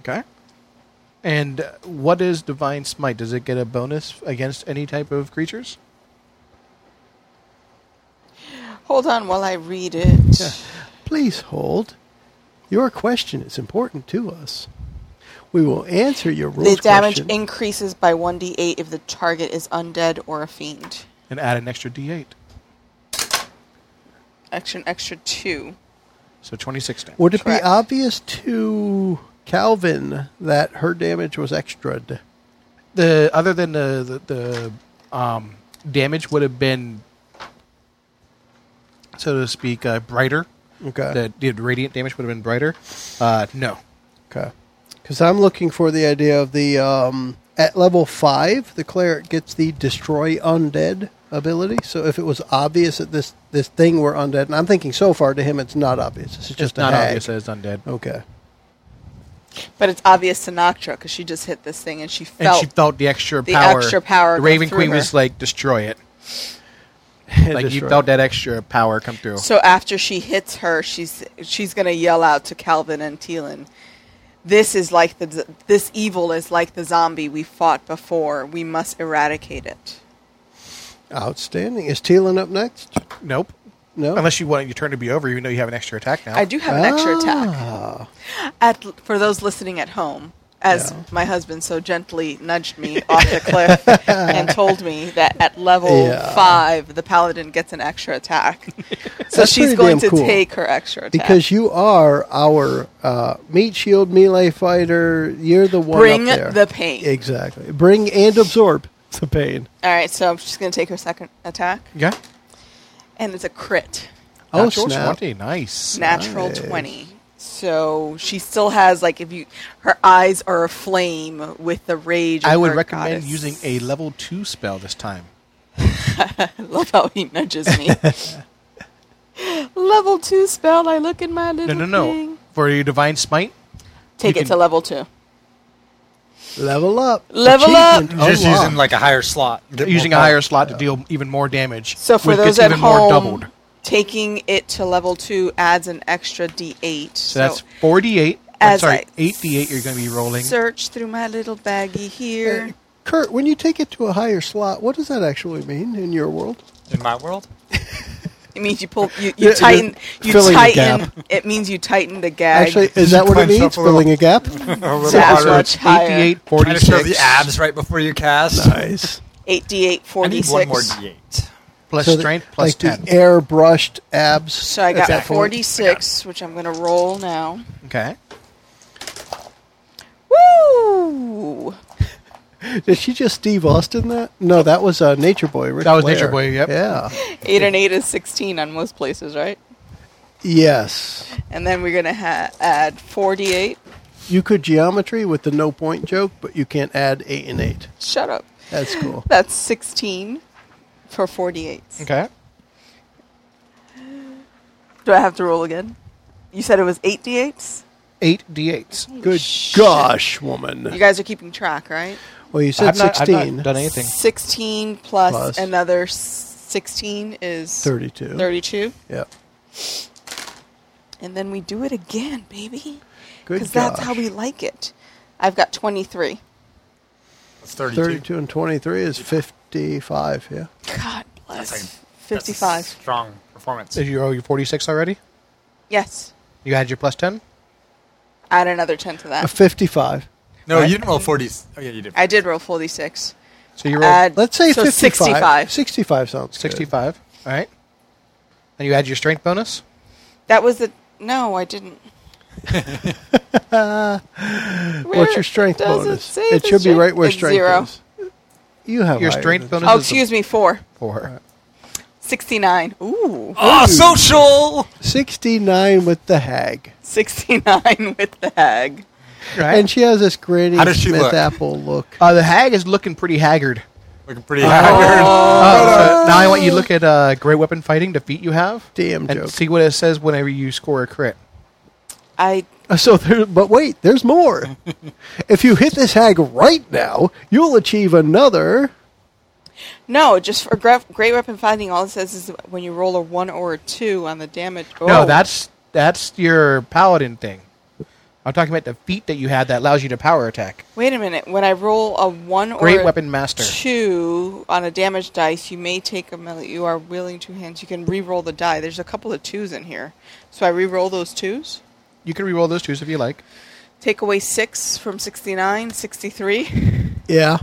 [SPEAKER 5] Okay. And uh, what is divine smite? Does it get a bonus against any type of creatures?
[SPEAKER 3] Hold on while I read it.
[SPEAKER 2] Please hold. Your question is important to us. We will answer your rules
[SPEAKER 3] The damage
[SPEAKER 2] question.
[SPEAKER 3] increases by 1d8 if the target is undead or a fiend.
[SPEAKER 5] and add an extra d8.
[SPEAKER 3] Action extra 2.
[SPEAKER 5] So 26 damage.
[SPEAKER 2] Would it
[SPEAKER 3] Correct.
[SPEAKER 2] be obvious to Calvin that her damage was extra?
[SPEAKER 5] the other than the the, the um, damage would have been, so to speak, uh, brighter.
[SPEAKER 2] Okay.
[SPEAKER 5] The, the radiant damage would have been brighter. Uh, no,
[SPEAKER 2] Okay. Because I'm looking for the idea of the um, at level five, the cleric gets the destroy undead ability. So if it was obvious that this this thing were undead, and I'm thinking so far to him, it's not obvious. It's just
[SPEAKER 5] it's
[SPEAKER 2] a
[SPEAKER 5] not
[SPEAKER 2] hag.
[SPEAKER 5] obvious that it's undead.
[SPEAKER 2] Okay.
[SPEAKER 3] But it's obvious to Noctra because she just hit this thing and she
[SPEAKER 5] And
[SPEAKER 3] felt.
[SPEAKER 5] she felt the extra
[SPEAKER 3] the
[SPEAKER 5] power.
[SPEAKER 3] extra power
[SPEAKER 5] The
[SPEAKER 3] go
[SPEAKER 5] Raven
[SPEAKER 3] through
[SPEAKER 5] Queen
[SPEAKER 3] her.
[SPEAKER 5] was like, destroy it. like you
[SPEAKER 2] Destroy.
[SPEAKER 5] felt that extra power come through.
[SPEAKER 3] so after she hits her, she's she's gonna yell out to Calvin and Teelan, "This is like the z- this evil is like the zombie we fought before. We must eradicate it."
[SPEAKER 2] Outstanding. Is Teelan up next?
[SPEAKER 5] nope.
[SPEAKER 2] No.
[SPEAKER 5] Unless you want your turn to be over, even though you have an extra attack now.
[SPEAKER 3] I do have an extra attack.
[SPEAKER 2] Ah.
[SPEAKER 3] At, for those listening at home, as
[SPEAKER 2] Yeah.
[SPEAKER 3] my husband so gently nudged me off the cliff and told me that at level
[SPEAKER 2] Yeah.
[SPEAKER 3] five, the paladin gets an extra attack. so
[SPEAKER 2] That's
[SPEAKER 3] she's
[SPEAKER 2] pretty
[SPEAKER 3] going
[SPEAKER 2] damn
[SPEAKER 3] to
[SPEAKER 2] cool.
[SPEAKER 3] take her extra attack.
[SPEAKER 2] Because you are our uh, meat shield melee fighter. You're the one.
[SPEAKER 3] Bring
[SPEAKER 2] up there.
[SPEAKER 3] the pain.
[SPEAKER 2] Exactly. Bring and absorb the pain.
[SPEAKER 3] All right, so I'm just going to take her second attack,
[SPEAKER 5] yeah.
[SPEAKER 3] and it's a crit,
[SPEAKER 2] Oh,
[SPEAKER 5] Natural
[SPEAKER 2] snap.
[SPEAKER 5] 20, Nice.
[SPEAKER 3] natural
[SPEAKER 2] Nice.
[SPEAKER 3] twenty. So she still has like if you, her eyes are aflame with the rage. Of
[SPEAKER 5] I would
[SPEAKER 3] her
[SPEAKER 5] recommend
[SPEAKER 3] goddess.
[SPEAKER 5] using a level two spell this time.
[SPEAKER 3] I love how he nudges me. level two spell. I look in my
[SPEAKER 5] No,
[SPEAKER 3] little
[SPEAKER 5] no, no.
[SPEAKER 3] thing.
[SPEAKER 5] For your divine smite,
[SPEAKER 3] Take
[SPEAKER 5] You
[SPEAKER 3] it
[SPEAKER 5] can-
[SPEAKER 3] to level two.
[SPEAKER 2] Level up.
[SPEAKER 3] Level up.
[SPEAKER 2] Achievement Oh,
[SPEAKER 4] Just
[SPEAKER 2] unlocked.
[SPEAKER 4] using like a higher slot. Get
[SPEAKER 5] using
[SPEAKER 4] more
[SPEAKER 5] a
[SPEAKER 4] power.
[SPEAKER 5] higher slot to deal even more damage.
[SPEAKER 3] So for
[SPEAKER 5] which
[SPEAKER 3] those
[SPEAKER 5] gets
[SPEAKER 3] at
[SPEAKER 5] even more
[SPEAKER 3] home,
[SPEAKER 5] doubled.
[SPEAKER 3] taking it to level two adds an extra D8.
[SPEAKER 5] So that's forty-eight. I'm
[SPEAKER 3] as
[SPEAKER 5] sorry,
[SPEAKER 3] I
[SPEAKER 5] eighty-eight. You're going to be rolling.
[SPEAKER 3] Search through my little baggie here.
[SPEAKER 2] Hey, Kurt, when you take it to a higher slot, what does that actually mean in your world?
[SPEAKER 4] in my world.
[SPEAKER 3] It means you pull, you, you
[SPEAKER 2] Yeah,
[SPEAKER 3] tighten,
[SPEAKER 2] you're
[SPEAKER 3] you
[SPEAKER 2] filling the
[SPEAKER 3] tighten. It means you tighten the gag.
[SPEAKER 2] Actually, is that what it
[SPEAKER 4] Punch
[SPEAKER 2] means?
[SPEAKER 4] up a little-
[SPEAKER 2] Filling a gap?
[SPEAKER 3] so that's much higher.
[SPEAKER 5] 88,
[SPEAKER 4] Trying to show the
[SPEAKER 5] 46,
[SPEAKER 4] abs right before you cast.
[SPEAKER 2] nice.
[SPEAKER 3] Eight d eight
[SPEAKER 4] I
[SPEAKER 3] forty
[SPEAKER 4] need one more
[SPEAKER 3] six.
[SPEAKER 4] d8.
[SPEAKER 5] plus
[SPEAKER 2] So the-
[SPEAKER 5] strength, plus
[SPEAKER 2] like
[SPEAKER 5] ten.
[SPEAKER 2] the airbrushed abs.
[SPEAKER 3] So I got
[SPEAKER 2] Exactly.
[SPEAKER 3] forty six, which I'm gonna roll now.
[SPEAKER 5] okay.
[SPEAKER 3] Woo!
[SPEAKER 2] Did she just Steve Austin that? No, that was uh, Nature Boy. Ric
[SPEAKER 5] That was
[SPEAKER 2] Flair.
[SPEAKER 5] Nature Boy, yep.
[SPEAKER 2] Yeah.
[SPEAKER 3] Eight and eight is sixteen on most places, right?
[SPEAKER 2] Yes.
[SPEAKER 3] And then we're gonna ha- add forty eight.
[SPEAKER 2] You could geometry with the no point joke, but you can't add eight and eight.
[SPEAKER 3] Shut up.
[SPEAKER 2] That's cool.
[SPEAKER 3] That's sixteen for forty eight.
[SPEAKER 4] Mm.
[SPEAKER 5] Okay.
[SPEAKER 3] Do I have to roll again? You said it was eight d eights.
[SPEAKER 5] Eight d8s.
[SPEAKER 2] Good gosh, woman.
[SPEAKER 3] You guys are keeping track, right?
[SPEAKER 2] well, you said
[SPEAKER 5] I've not, I've
[SPEAKER 2] 16.
[SPEAKER 5] not done anything.
[SPEAKER 3] 16 plus,
[SPEAKER 2] Plus.
[SPEAKER 3] plus another s- 16 is
[SPEAKER 2] 32.
[SPEAKER 3] 32.
[SPEAKER 2] Yeah.
[SPEAKER 3] And then we do it again, baby.
[SPEAKER 2] Good
[SPEAKER 3] Because that's
[SPEAKER 2] gosh.
[SPEAKER 3] how we like it. I've got 23.
[SPEAKER 4] That's 32.
[SPEAKER 2] 32 and 23 is 55, yeah.
[SPEAKER 3] God
[SPEAKER 4] That's a-
[SPEAKER 3] bless.
[SPEAKER 4] That's a
[SPEAKER 3] 55.
[SPEAKER 4] Strong performance.
[SPEAKER 5] Did you roll your forty-six already?
[SPEAKER 3] yes.
[SPEAKER 5] You had your plus ten.
[SPEAKER 3] Add another 10 to
[SPEAKER 2] A
[SPEAKER 3] that.
[SPEAKER 2] 55.
[SPEAKER 4] No,
[SPEAKER 5] Right?
[SPEAKER 4] you didn't roll 40s. Oh, yeah, you did.
[SPEAKER 3] I did roll 46.
[SPEAKER 5] So you rolled
[SPEAKER 3] Add,
[SPEAKER 2] Let's say
[SPEAKER 3] so
[SPEAKER 2] 55.
[SPEAKER 3] 65.
[SPEAKER 2] 65 sounds good.
[SPEAKER 5] sixty-five. All right. And you add your strength bonus.
[SPEAKER 3] That was the. No, I didn't.
[SPEAKER 2] What's your strength
[SPEAKER 3] Where does it
[SPEAKER 2] bonus?
[SPEAKER 3] say
[SPEAKER 2] It
[SPEAKER 3] the
[SPEAKER 2] should be
[SPEAKER 3] strength?
[SPEAKER 2] right where
[SPEAKER 3] It's
[SPEAKER 2] strength
[SPEAKER 3] zero.
[SPEAKER 2] is. You have
[SPEAKER 5] Your
[SPEAKER 2] higher
[SPEAKER 5] strength
[SPEAKER 2] than-
[SPEAKER 5] bonus
[SPEAKER 3] Oh,
[SPEAKER 5] is a
[SPEAKER 3] excuse me, 4.
[SPEAKER 5] four.
[SPEAKER 3] 69. Ooh.
[SPEAKER 4] Oh, social!
[SPEAKER 2] 69 with the hag.
[SPEAKER 3] 69 with the hag.
[SPEAKER 5] Right.
[SPEAKER 2] And she has this granny
[SPEAKER 4] How does she
[SPEAKER 2] Smith
[SPEAKER 4] look?
[SPEAKER 2] apple look.
[SPEAKER 5] Uh, the hag is looking pretty haggard.
[SPEAKER 4] Looking pretty
[SPEAKER 3] Oh.
[SPEAKER 4] haggard.
[SPEAKER 5] Uh, so now I want you to look at uh, great weapon fighting, the feat you have,
[SPEAKER 2] Damn
[SPEAKER 5] and
[SPEAKER 2] joke.
[SPEAKER 5] see what it says whenever you score a crit.
[SPEAKER 3] I
[SPEAKER 2] Uh, So there, but wait, there's more. if you hit this hag right now, you'll achieve another.
[SPEAKER 3] No, just for gra- great weapon fighting, all it says is when you roll a one or a two on the damage.
[SPEAKER 5] No,
[SPEAKER 3] Oh.
[SPEAKER 5] that's that's your paladin thing. I'm talking about the feat that you had that allows you to power attack.
[SPEAKER 3] Wait a minute. When I roll a one
[SPEAKER 5] Great
[SPEAKER 3] or a
[SPEAKER 5] weapon master.
[SPEAKER 3] two on a damage dice, you may take a melee. You are willing to hands. You can re-roll the die. There's a couple of twos in here, so I re-roll those twos.
[SPEAKER 5] You can reroll those twos if you like.
[SPEAKER 3] Take away six from 69, 63.
[SPEAKER 2] Yeah.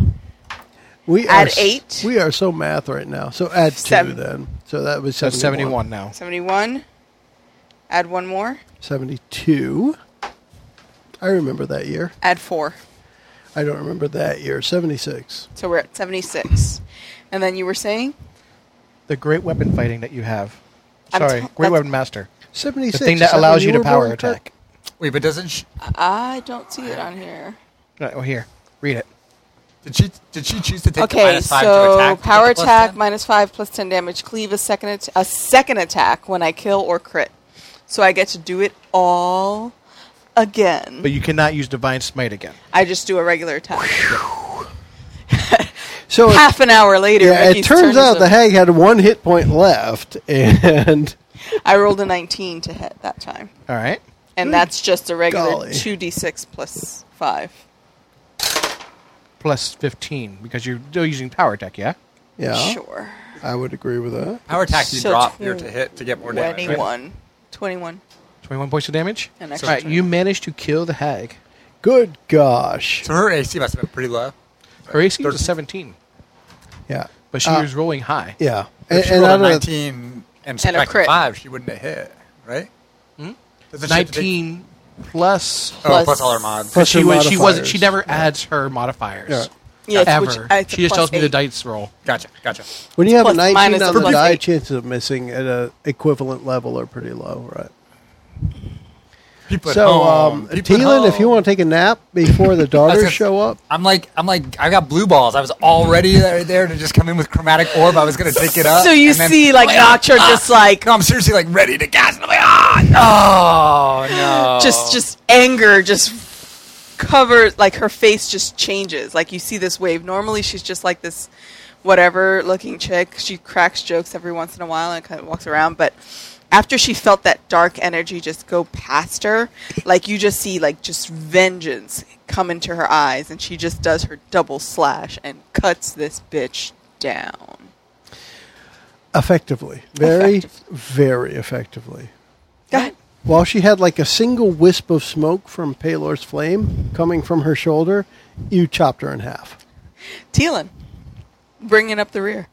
[SPEAKER 2] We are,
[SPEAKER 3] Add
[SPEAKER 2] s-
[SPEAKER 3] eight.
[SPEAKER 2] We are so math right now. So add two
[SPEAKER 3] Seven.
[SPEAKER 2] then. So that was
[SPEAKER 5] So
[SPEAKER 2] 71.
[SPEAKER 5] that's 71 now.
[SPEAKER 3] 71. Add one more.
[SPEAKER 2] 72. I remember that year.
[SPEAKER 3] Add four.
[SPEAKER 2] I don't remember that year. 76.
[SPEAKER 3] So we're at 76. And then you were saying?
[SPEAKER 5] The great weapon fighting that you have.
[SPEAKER 3] I'm
[SPEAKER 5] Sorry,
[SPEAKER 3] t-
[SPEAKER 5] great
[SPEAKER 3] that's-
[SPEAKER 5] weapon master.
[SPEAKER 2] 76.
[SPEAKER 5] The thing
[SPEAKER 2] is
[SPEAKER 5] that
[SPEAKER 2] when
[SPEAKER 5] allows you to
[SPEAKER 2] were
[SPEAKER 5] power
[SPEAKER 2] born, Kurt?
[SPEAKER 5] attack.
[SPEAKER 4] Wait, but doesn't she,
[SPEAKER 3] I don't see it on here.
[SPEAKER 5] Right, well, oh, here, read it.
[SPEAKER 4] did she did she choose to take the
[SPEAKER 3] Okay,
[SPEAKER 4] minus five to
[SPEAKER 3] so
[SPEAKER 4] attack? to
[SPEAKER 3] power
[SPEAKER 4] get the plus
[SPEAKER 3] attack
[SPEAKER 4] 10?
[SPEAKER 3] minus five plus ten damage. Cleave a second at- a second attack when I kill or crit. So I get to do it all again.
[SPEAKER 5] But you cannot use divine smite again.
[SPEAKER 3] I just do a regular attack.
[SPEAKER 2] So it,
[SPEAKER 3] Half an hour later,
[SPEAKER 2] yeah, it
[SPEAKER 3] Ricky's turn
[SPEAKER 2] turns
[SPEAKER 3] is
[SPEAKER 2] out
[SPEAKER 3] up.
[SPEAKER 2] the hag had one hit point left, and
[SPEAKER 3] I rolled a 19 to hit that time,
[SPEAKER 5] All right.
[SPEAKER 3] and that's just a regular
[SPEAKER 2] golly.
[SPEAKER 3] 2d6 plus five.
[SPEAKER 5] Plus 15 because you're still using power attack, yeah?
[SPEAKER 2] yeah,
[SPEAKER 3] Sure.
[SPEAKER 2] I would agree with that.
[SPEAKER 4] Power attack you
[SPEAKER 3] So
[SPEAKER 4] drop
[SPEAKER 3] tw-
[SPEAKER 4] your to hit to get more damage. right?
[SPEAKER 3] 21. 21.
[SPEAKER 5] 21 points of damage.
[SPEAKER 3] An
[SPEAKER 5] All
[SPEAKER 3] extra
[SPEAKER 5] right,
[SPEAKER 3] turn.
[SPEAKER 5] you managed to kill the hag.
[SPEAKER 2] Good gosh,
[SPEAKER 4] So her AC must have been pretty low.
[SPEAKER 5] Her AC was a
[SPEAKER 4] Thirty-
[SPEAKER 5] 17,
[SPEAKER 2] yeah,
[SPEAKER 5] but she
[SPEAKER 2] Uh,
[SPEAKER 5] was rolling high.
[SPEAKER 2] yeah,
[SPEAKER 4] If
[SPEAKER 2] and,
[SPEAKER 4] she
[SPEAKER 2] and
[SPEAKER 4] rolled
[SPEAKER 2] out
[SPEAKER 4] a
[SPEAKER 2] of the-
[SPEAKER 4] 19 and, subtracted
[SPEAKER 3] crit. Hmm?
[SPEAKER 4] 5, she wouldn't have hit, right? Doesn't she have to take-
[SPEAKER 5] 19 plus.
[SPEAKER 4] Oh, plus, all her mods.
[SPEAKER 2] Plus
[SPEAKER 5] she
[SPEAKER 2] her
[SPEAKER 5] was, she wasn't. She
[SPEAKER 2] modifiers.
[SPEAKER 5] never adds her modifiers.
[SPEAKER 2] Yeah.
[SPEAKER 3] Yeah, it's
[SPEAKER 5] ever.
[SPEAKER 3] which- uh, it's a
[SPEAKER 5] she just
[SPEAKER 3] plus
[SPEAKER 5] tells me the
[SPEAKER 3] eight.
[SPEAKER 5] dice roll.
[SPEAKER 4] Gotcha, gotcha.
[SPEAKER 2] when you have a
[SPEAKER 3] Plus minus
[SPEAKER 2] nineteen on the
[SPEAKER 3] plus
[SPEAKER 2] die,
[SPEAKER 3] eight.
[SPEAKER 2] chances of missing at a equivalent level are pretty low, right?
[SPEAKER 4] People at
[SPEAKER 2] so,
[SPEAKER 4] home,
[SPEAKER 2] um,
[SPEAKER 4] people at
[SPEAKER 2] Teelan, if you
[SPEAKER 4] home.
[SPEAKER 2] want to take a nap before the daughters
[SPEAKER 4] gonna-
[SPEAKER 2] show up,
[SPEAKER 4] I'm like, I'm like, I got blue balls. I was already there, there to just come in with chromatic orb. I was gonna take it up.
[SPEAKER 3] So you
[SPEAKER 4] and then- Ah!
[SPEAKER 3] see, like, Nacho just like,
[SPEAKER 4] no, I'm seriously like ready to cast. And I'm like, ah,
[SPEAKER 3] Oh,
[SPEAKER 4] no, no.
[SPEAKER 3] just just anger just covers like her face just changes like you see this wave normally she's just like this whatever looking chick she cracks jokes every once in a while and kind of walks around but after she felt that dark energy just go past her like you just see like just vengeance come into her eyes and she just does her double slash and cuts this bitch down
[SPEAKER 2] effectively, very,
[SPEAKER 3] Effectively.
[SPEAKER 2] very effectively.
[SPEAKER 3] go ahead
[SPEAKER 2] While she had like a single wisp of smoke from Palor's flame coming from her shoulder, you chopped her in half,
[SPEAKER 3] Teelan, bringing up the rear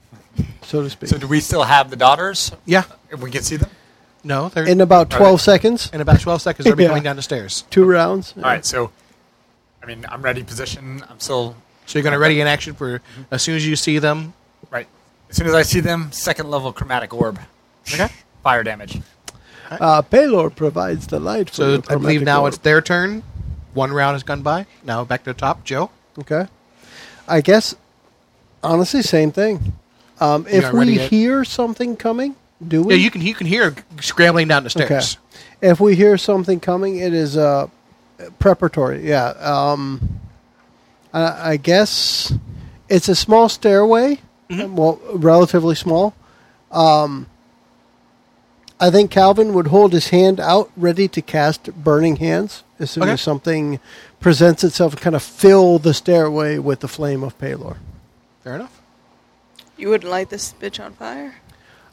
[SPEAKER 2] so to speak.
[SPEAKER 4] So do we still have the daughters?
[SPEAKER 5] Yeah.
[SPEAKER 4] If we can see them.
[SPEAKER 5] No, they're
[SPEAKER 2] in
[SPEAKER 5] in,
[SPEAKER 2] about 12 seconds,
[SPEAKER 5] about 12 seconds. They'll be
[SPEAKER 2] Yeah.
[SPEAKER 5] coming down the stairs.
[SPEAKER 2] two rounds.
[SPEAKER 4] All right. So, I mean, I'm ready. Position. I'm still
[SPEAKER 5] So you're going to ready in action for as soon as you see them.
[SPEAKER 4] right. As soon as I see them, second level chromatic orb. Okay. Fire damage.
[SPEAKER 2] Uh, Palor provides the light for
[SPEAKER 5] So
[SPEAKER 2] your
[SPEAKER 5] I believe
[SPEAKER 2] chromatic
[SPEAKER 5] now
[SPEAKER 2] orb.
[SPEAKER 5] it's their turn. One round has gone by. Now back to the top, Joe.
[SPEAKER 2] Okay. I guess, honestly, same thing. Um, if
[SPEAKER 5] aren't ready
[SPEAKER 2] we
[SPEAKER 5] yet?
[SPEAKER 2] hear something coming, do we?
[SPEAKER 5] Yeah, you can you can hear scrambling down the
[SPEAKER 2] Okay.
[SPEAKER 5] stairs.
[SPEAKER 2] If we hear something coming, it is uh, preparatory. Yeah. Um, I, I guess it's a small stairway.
[SPEAKER 5] Mm-hmm.
[SPEAKER 2] Well, relatively small. Um, I think Calvin would hold his hand out, ready to cast Burning Hands as soon
[SPEAKER 5] Okay.
[SPEAKER 2] as something presents itself, kind of fill the stairway with the flame of Palor.
[SPEAKER 5] Fair enough.
[SPEAKER 3] you wouldn't light this bitch on fire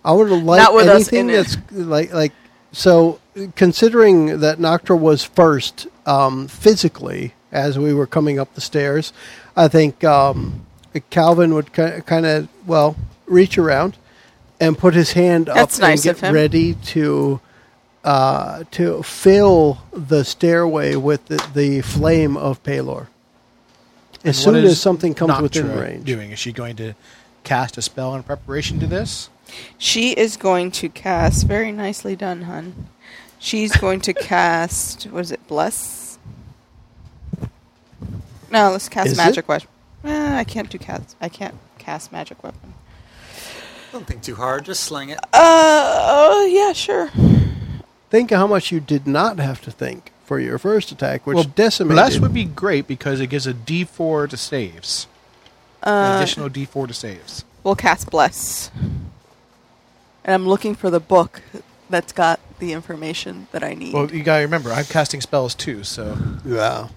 [SPEAKER 2] I would have liked
[SPEAKER 3] Not with us
[SPEAKER 2] anything
[SPEAKER 3] in it.
[SPEAKER 2] that's like like so. Considering that Noctra was first um, physically as we were coming up the stairs, I think um, Calvin would kind of well reach around and put his hand
[SPEAKER 3] That's
[SPEAKER 2] up
[SPEAKER 3] nice
[SPEAKER 2] and
[SPEAKER 3] of
[SPEAKER 2] get
[SPEAKER 3] him.
[SPEAKER 2] ready to uh, to fill the stairway with the, the flame of Palor. As
[SPEAKER 5] What
[SPEAKER 2] soon
[SPEAKER 5] is
[SPEAKER 2] as something comes within
[SPEAKER 5] Noctra
[SPEAKER 2] range,
[SPEAKER 5] doing is she going to cast a spell in preparation to this?
[SPEAKER 3] She is going to cast. Very nicely done, hun. She's going to cast. What is it? Bless. No, let's cast
[SPEAKER 2] Is
[SPEAKER 3] magic
[SPEAKER 2] it?
[SPEAKER 3] weapon. Eh, I can't do cast. I can't cast magic weapon.
[SPEAKER 4] Don't think too hard. Just sling it.
[SPEAKER 3] Uh oh, yeah, sure.
[SPEAKER 2] Think of how much you did not have to think for your first attack, which decimated.
[SPEAKER 5] Bless would be great because it gives a D4 to saves.
[SPEAKER 3] Uh,
[SPEAKER 5] an additional D4 to saves.
[SPEAKER 3] We'll cast bless. And I'm looking for the book that's got the information that I need.
[SPEAKER 5] Well, you gotta remember, I'm casting spells too, so
[SPEAKER 2] yeah.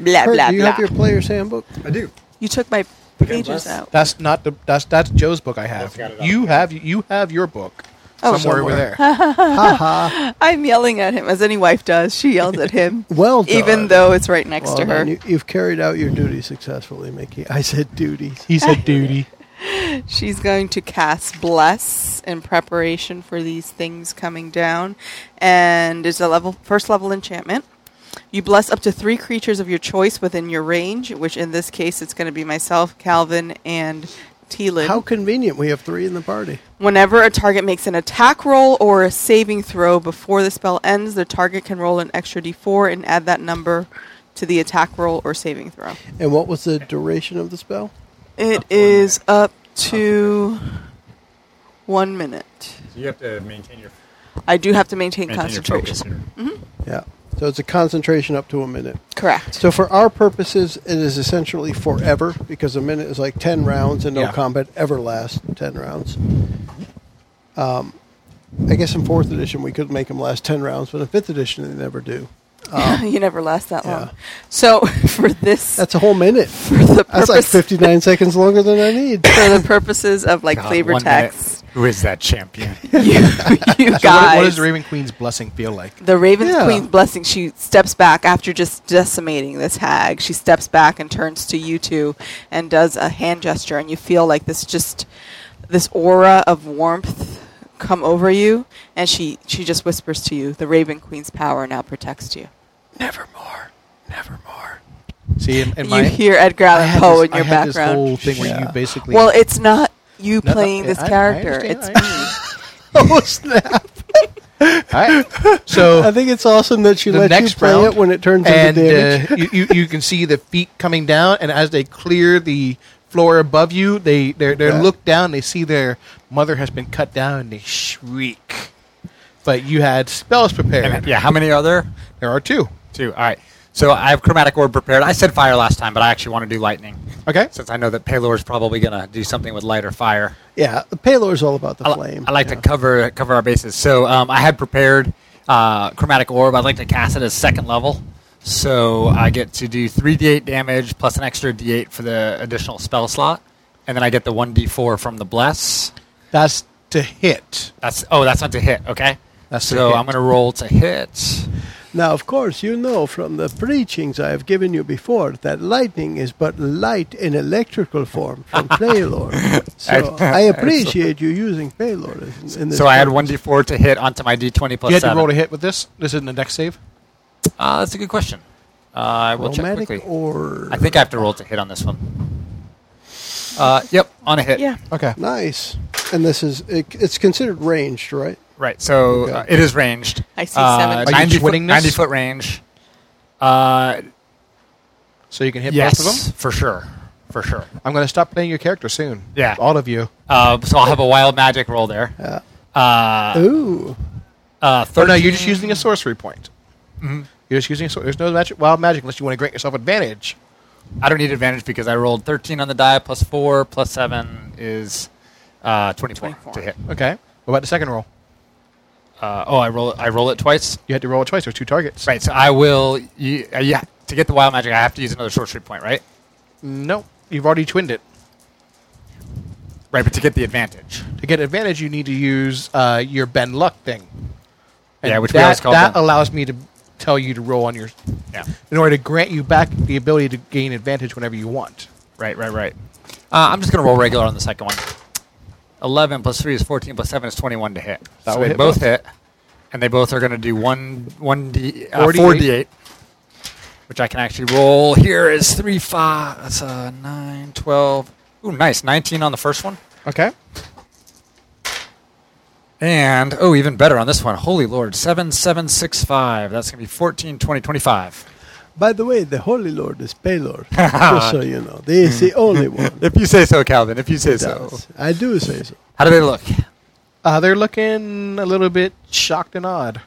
[SPEAKER 3] blah
[SPEAKER 2] Kurt,
[SPEAKER 3] blah
[SPEAKER 2] do you
[SPEAKER 3] blah.
[SPEAKER 2] have your player's handbook?
[SPEAKER 4] I do.
[SPEAKER 3] you took my pages out.
[SPEAKER 5] that's not the that's that's Joe's book. I have
[SPEAKER 4] I've got it
[SPEAKER 5] you have you have your book.
[SPEAKER 3] Oh,
[SPEAKER 5] somewhere over there.
[SPEAKER 3] I'm yelling at him, as any wife does. She yells at him.
[SPEAKER 2] Well done.
[SPEAKER 3] Even though it's right next
[SPEAKER 2] Oh, Well
[SPEAKER 3] to her.
[SPEAKER 2] done. You, you've carried out your duty successfully, Mickey. I said duties.
[SPEAKER 5] He said duty.
[SPEAKER 3] She's going to cast Bless in preparation for these things coming down. And it's a level first level enchantment. You bless up to three creatures of your choice within your range, which in this case it's going to be myself, Calvin, and Teelin.
[SPEAKER 2] How convenient. We have three in the party.
[SPEAKER 3] Whenever a target makes an attack roll or a saving throw before the spell ends, the target can roll an extra d4 and add that number to the attack roll or saving throw.
[SPEAKER 2] And what was the duration of the spell?
[SPEAKER 3] It is up to one minute.
[SPEAKER 4] You have to maintain your,
[SPEAKER 3] I do have to maintain,
[SPEAKER 4] maintain your focus
[SPEAKER 3] concentration. Mm-hmm.
[SPEAKER 4] here.
[SPEAKER 2] Yeah. So it's a concentration up to a minute.
[SPEAKER 5] Mm-hmm.
[SPEAKER 3] Correct.
[SPEAKER 2] So for our purposes, it is essentially forever because a minute is like ten rounds, and no
[SPEAKER 4] Yeah.
[SPEAKER 2] combat ever lasts ten rounds. Um, I guess in fourth edition we could make them last ten rounds, but in fifth edition they never do.
[SPEAKER 3] you never last that
[SPEAKER 2] Yeah.
[SPEAKER 3] long. So for this,
[SPEAKER 2] That's a whole minute.
[SPEAKER 3] the
[SPEAKER 2] That's like
[SPEAKER 3] purpose,
[SPEAKER 2] fifty-nine seconds longer than I need.
[SPEAKER 3] for the purposes of like
[SPEAKER 4] God,
[SPEAKER 3] flavor
[SPEAKER 4] one
[SPEAKER 3] text,
[SPEAKER 4] minute. Who is that champion?
[SPEAKER 3] you
[SPEAKER 5] So what, what
[SPEAKER 3] guys.
[SPEAKER 5] does the Raven Queen's blessing feel like?
[SPEAKER 3] the Raven's
[SPEAKER 2] Yeah.
[SPEAKER 3] Queen's blessing, she steps back after just decimating this hag. She steps back and turns to you two and does a hand gesture, and you feel like this just this aura of warmth come over you. And she she just whispers to you, "The Raven Queen's power now protects you."
[SPEAKER 2] Nevermore, nevermore.
[SPEAKER 5] See, in, in
[SPEAKER 3] You
[SPEAKER 5] my,
[SPEAKER 3] hear Edgar
[SPEAKER 5] I
[SPEAKER 3] Allan
[SPEAKER 5] had
[SPEAKER 3] Poe
[SPEAKER 5] this-
[SPEAKER 3] in your
[SPEAKER 5] I had
[SPEAKER 3] background.
[SPEAKER 5] This whole thing where
[SPEAKER 2] Yeah.
[SPEAKER 5] you basically
[SPEAKER 3] Well, it's not you
[SPEAKER 5] No, no,
[SPEAKER 3] playing this
[SPEAKER 5] I- I
[SPEAKER 3] character. it's
[SPEAKER 5] understand,
[SPEAKER 3] me.
[SPEAKER 2] Oh snap!
[SPEAKER 5] I- I- so
[SPEAKER 2] I think it's awesome that she
[SPEAKER 5] the
[SPEAKER 2] let you
[SPEAKER 5] next
[SPEAKER 2] play
[SPEAKER 5] round,
[SPEAKER 2] it when it turns
[SPEAKER 5] and
[SPEAKER 2] into damage.
[SPEAKER 5] uh, you, you you can see the feet coming down, and as they clear the floor above you, they they they
[SPEAKER 2] Yeah.
[SPEAKER 5] look down, they see their mother has been cut down, and they shriek. But you had spells
[SPEAKER 4] And,
[SPEAKER 5] prepared.
[SPEAKER 4] yeah, how many are there?
[SPEAKER 5] There are two.
[SPEAKER 4] Two. All right. So I have chromatic orb prepared. I said fire last time, but I actually want to do lightning.
[SPEAKER 5] Okay.
[SPEAKER 4] Since I know that Paylor's probably going to do something with light or fire.
[SPEAKER 2] yeah, the payload's all about the
[SPEAKER 4] I, li-
[SPEAKER 2] flame.
[SPEAKER 4] I like to cover cover our bases. So um, I had prepared uh, chromatic orb. I'd like to cast it as second level. So I get to do three d8 damage plus an extra d8 for the additional spell slot, and then I get the one d4 from the bless.
[SPEAKER 5] That's to hit.
[SPEAKER 4] That's oh, that's not to hit. Okay.
[SPEAKER 5] That's to
[SPEAKER 4] so
[SPEAKER 5] hit.
[SPEAKER 4] I'm going to roll to hit.
[SPEAKER 2] Now, of course, you know from the preachings I have given you before that lightning is but light in electrical form from Paylor. So I appreciate you using Paylor in, in this.
[SPEAKER 4] So I had
[SPEAKER 2] context.
[SPEAKER 4] one d4 to hit onto my d20 plus
[SPEAKER 5] you had
[SPEAKER 4] seven.
[SPEAKER 5] to roll a hit with this. This isn't the next save.
[SPEAKER 4] Uh, that's a good question. Uh, I will check
[SPEAKER 2] Romantic
[SPEAKER 4] quickly.
[SPEAKER 2] or
[SPEAKER 4] I think I have to roll to hit on this one. Uh, yep, on a hit.
[SPEAKER 3] Yeah.
[SPEAKER 5] Okay.
[SPEAKER 2] nice, and this is it, it's considered ranged, right?
[SPEAKER 4] Right. So uh,
[SPEAKER 2] Okay.
[SPEAKER 4] it is ranged.
[SPEAKER 3] I see
[SPEAKER 4] Uh,
[SPEAKER 3] seven. Are you
[SPEAKER 4] 90 foot,
[SPEAKER 5] twinning this?
[SPEAKER 4] 90 foot range. Uh,
[SPEAKER 5] So you can hit
[SPEAKER 4] yes,
[SPEAKER 5] both of them.
[SPEAKER 4] for sure, for sure.
[SPEAKER 5] I'm going to stop playing your character soon.
[SPEAKER 4] Yeah.
[SPEAKER 5] All of you.
[SPEAKER 4] Uh, so I'll have a wild magic roll there.
[SPEAKER 2] Yeah.
[SPEAKER 4] Uh,
[SPEAKER 2] Ooh,
[SPEAKER 4] uh,
[SPEAKER 5] Oh no, you're just
[SPEAKER 4] 13
[SPEAKER 5] using a sorcery point.
[SPEAKER 4] Mm-hmm.
[SPEAKER 5] You're just using. A, sor- there's no magic, wild magic unless you want to grant yourself advantage.
[SPEAKER 4] I don't need advantage because I rolled 13 on the die plus four plus seven is uh, 24,
[SPEAKER 3] 24.
[SPEAKER 4] to hit.
[SPEAKER 5] Okay. What about the second roll?
[SPEAKER 4] Uh, oh, I roll it. I roll it twice.
[SPEAKER 5] You had to roll it twice. There's two targets.
[SPEAKER 4] Right. So I will. You, uh, yeah. To get the wild magic, I have to use another sorcery point, right?
[SPEAKER 5] No, you've already twinned it.
[SPEAKER 4] Right. But to get the advantage.
[SPEAKER 5] To get advantage, you need to use uh, your bend luck thing.
[SPEAKER 4] Yeah, which we
[SPEAKER 5] that,
[SPEAKER 4] always call
[SPEAKER 5] that
[SPEAKER 4] bend.
[SPEAKER 5] allows me to tell you to roll on your
[SPEAKER 4] Yeah.
[SPEAKER 5] in order to grant you back the ability to gain advantage whenever you want.
[SPEAKER 4] Right, right, right. Uh, I'm just going to roll regular on the second one. 11 plus 3 is 14 plus 7 is 21 to hit.
[SPEAKER 5] That
[SPEAKER 4] so
[SPEAKER 5] will
[SPEAKER 4] they
[SPEAKER 5] hit
[SPEAKER 4] both
[SPEAKER 5] both.
[SPEAKER 4] hit. And they both are going to do one, one D, uh, 4d8,
[SPEAKER 5] 48.
[SPEAKER 4] which I can actually roll. Here is 3, 5, that's uh 9, 12. Ooh, nice. 19 on the first one.
[SPEAKER 5] Okay.
[SPEAKER 4] And, oh, even better on this one. Holy Lord. 7, 7, 6, 5. That's going to be 14, 20, 25.
[SPEAKER 2] by the way, the Holy Lord is Paylor, just so you know. He is the only one.
[SPEAKER 4] If you say so, Calvin. If you say
[SPEAKER 2] that does. I do say so.
[SPEAKER 4] How do they look?
[SPEAKER 5] Uh, they're looking a little bit shocked and odd.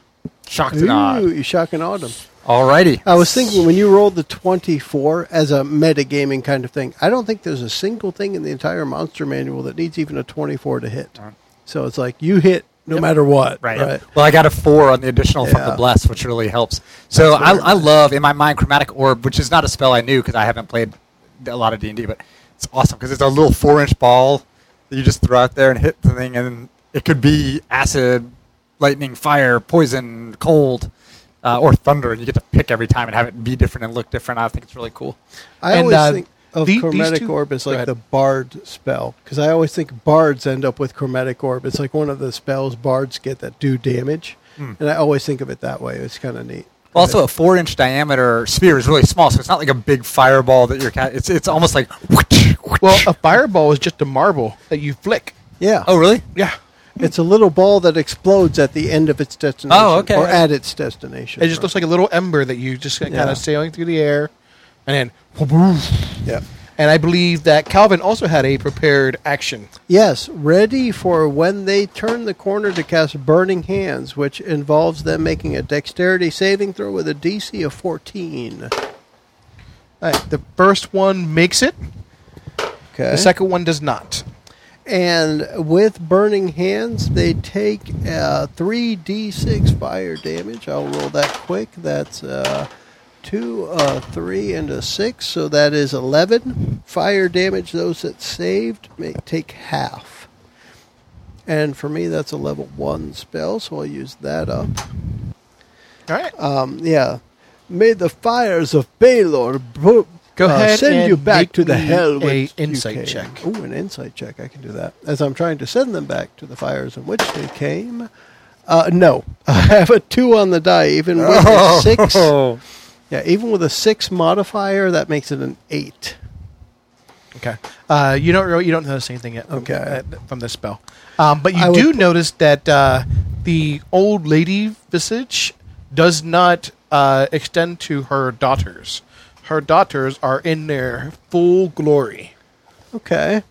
[SPEAKER 4] Shocked and
[SPEAKER 2] Ooh,
[SPEAKER 4] awed.
[SPEAKER 2] you shocking autumn.
[SPEAKER 4] Alrighty.
[SPEAKER 2] I was thinking when you rolled the 24 as a metagaming kind of thing, I don't think there's a single thing in the entire monster manual that needs even a 24 to hit. So it's like you hit no matter what.
[SPEAKER 4] Right. Well, I got a four on the additional from
[SPEAKER 2] Yeah.
[SPEAKER 4] the bless, which really helps. So I, I love in my mind chromatic orb, which is not a spell I knew because I haven't played a lot of D and D, but it's awesome because it's a little four inch ball that you just throw out there and hit the thing, and It could be acid, lightning, fire, poison, cold, uh, or thunder, and you get to pick every time and have it be different and look different. I think it's really cool.
[SPEAKER 2] I
[SPEAKER 5] And,
[SPEAKER 2] always
[SPEAKER 5] uh,
[SPEAKER 2] think of
[SPEAKER 5] the- these
[SPEAKER 2] chromatic
[SPEAKER 5] two-
[SPEAKER 2] orb as
[SPEAKER 5] go
[SPEAKER 2] like
[SPEAKER 5] ahead.
[SPEAKER 2] the bard spell because I always think bards end up with chromatic orb. It's like one of the spells bards get that do damage, and I always think of it that way. It's kind of neat.
[SPEAKER 4] Also, a four-inch diameter sphere is really small, so it's not like a big fireball that you're. Ca- it's it's almost like.
[SPEAKER 5] Well, a fireball is just a marble that you flick.
[SPEAKER 2] yeah,
[SPEAKER 4] oh really?
[SPEAKER 5] Yeah.
[SPEAKER 2] it's a little ball that explodes at the end of its destination,
[SPEAKER 4] Oh, okay.
[SPEAKER 2] or at its destination.
[SPEAKER 5] It just looks like a little ember that you just kind
[SPEAKER 2] Yeah.
[SPEAKER 5] of sailing through the air, and then.
[SPEAKER 2] yeah.
[SPEAKER 5] And I believe that Calvin also had a prepared action.
[SPEAKER 2] Yes, ready for when they turn the corner to cast Burning Hands, which involves them making a dexterity saving throw with a DC of 14.
[SPEAKER 5] All right, the first one makes it.
[SPEAKER 2] Okay.
[SPEAKER 5] The second one does not.
[SPEAKER 2] And with Burning Hands, they take uh, 3d6 fire damage. I'll roll that quick. That's uh, 2, uh, 3, and a 6. So that is 11 fire damage. Those that saved may take half. And for me, that's a level 1 spell, so I'll use that up.
[SPEAKER 5] All right.
[SPEAKER 2] Um, yeah. May the fires of Baylor bro-
[SPEAKER 5] Go
[SPEAKER 2] uh,
[SPEAKER 5] ahead
[SPEAKER 2] send
[SPEAKER 5] and
[SPEAKER 2] you back
[SPEAKER 5] make
[SPEAKER 2] to the
[SPEAKER 5] me
[SPEAKER 2] hell
[SPEAKER 5] a
[SPEAKER 2] which you
[SPEAKER 5] insight
[SPEAKER 2] came.
[SPEAKER 5] check.
[SPEAKER 2] Ooh, an insight check. I can do that. As I'm trying to send them back to the fires in which they came. Uh, no, I have a two on the die. Even with
[SPEAKER 5] Oh.
[SPEAKER 2] a six, yeah, even with a six modifier, that makes it an eight.
[SPEAKER 5] Okay. Uh, you don't really, you don't notice anything yet.
[SPEAKER 2] Okay.
[SPEAKER 5] uh, from this spell, um, but you
[SPEAKER 2] I
[SPEAKER 5] do
[SPEAKER 2] would-
[SPEAKER 5] notice that uh, the old lady visage does not uh, extend to her daughters. Her daughters are in their full glory
[SPEAKER 2] Okay,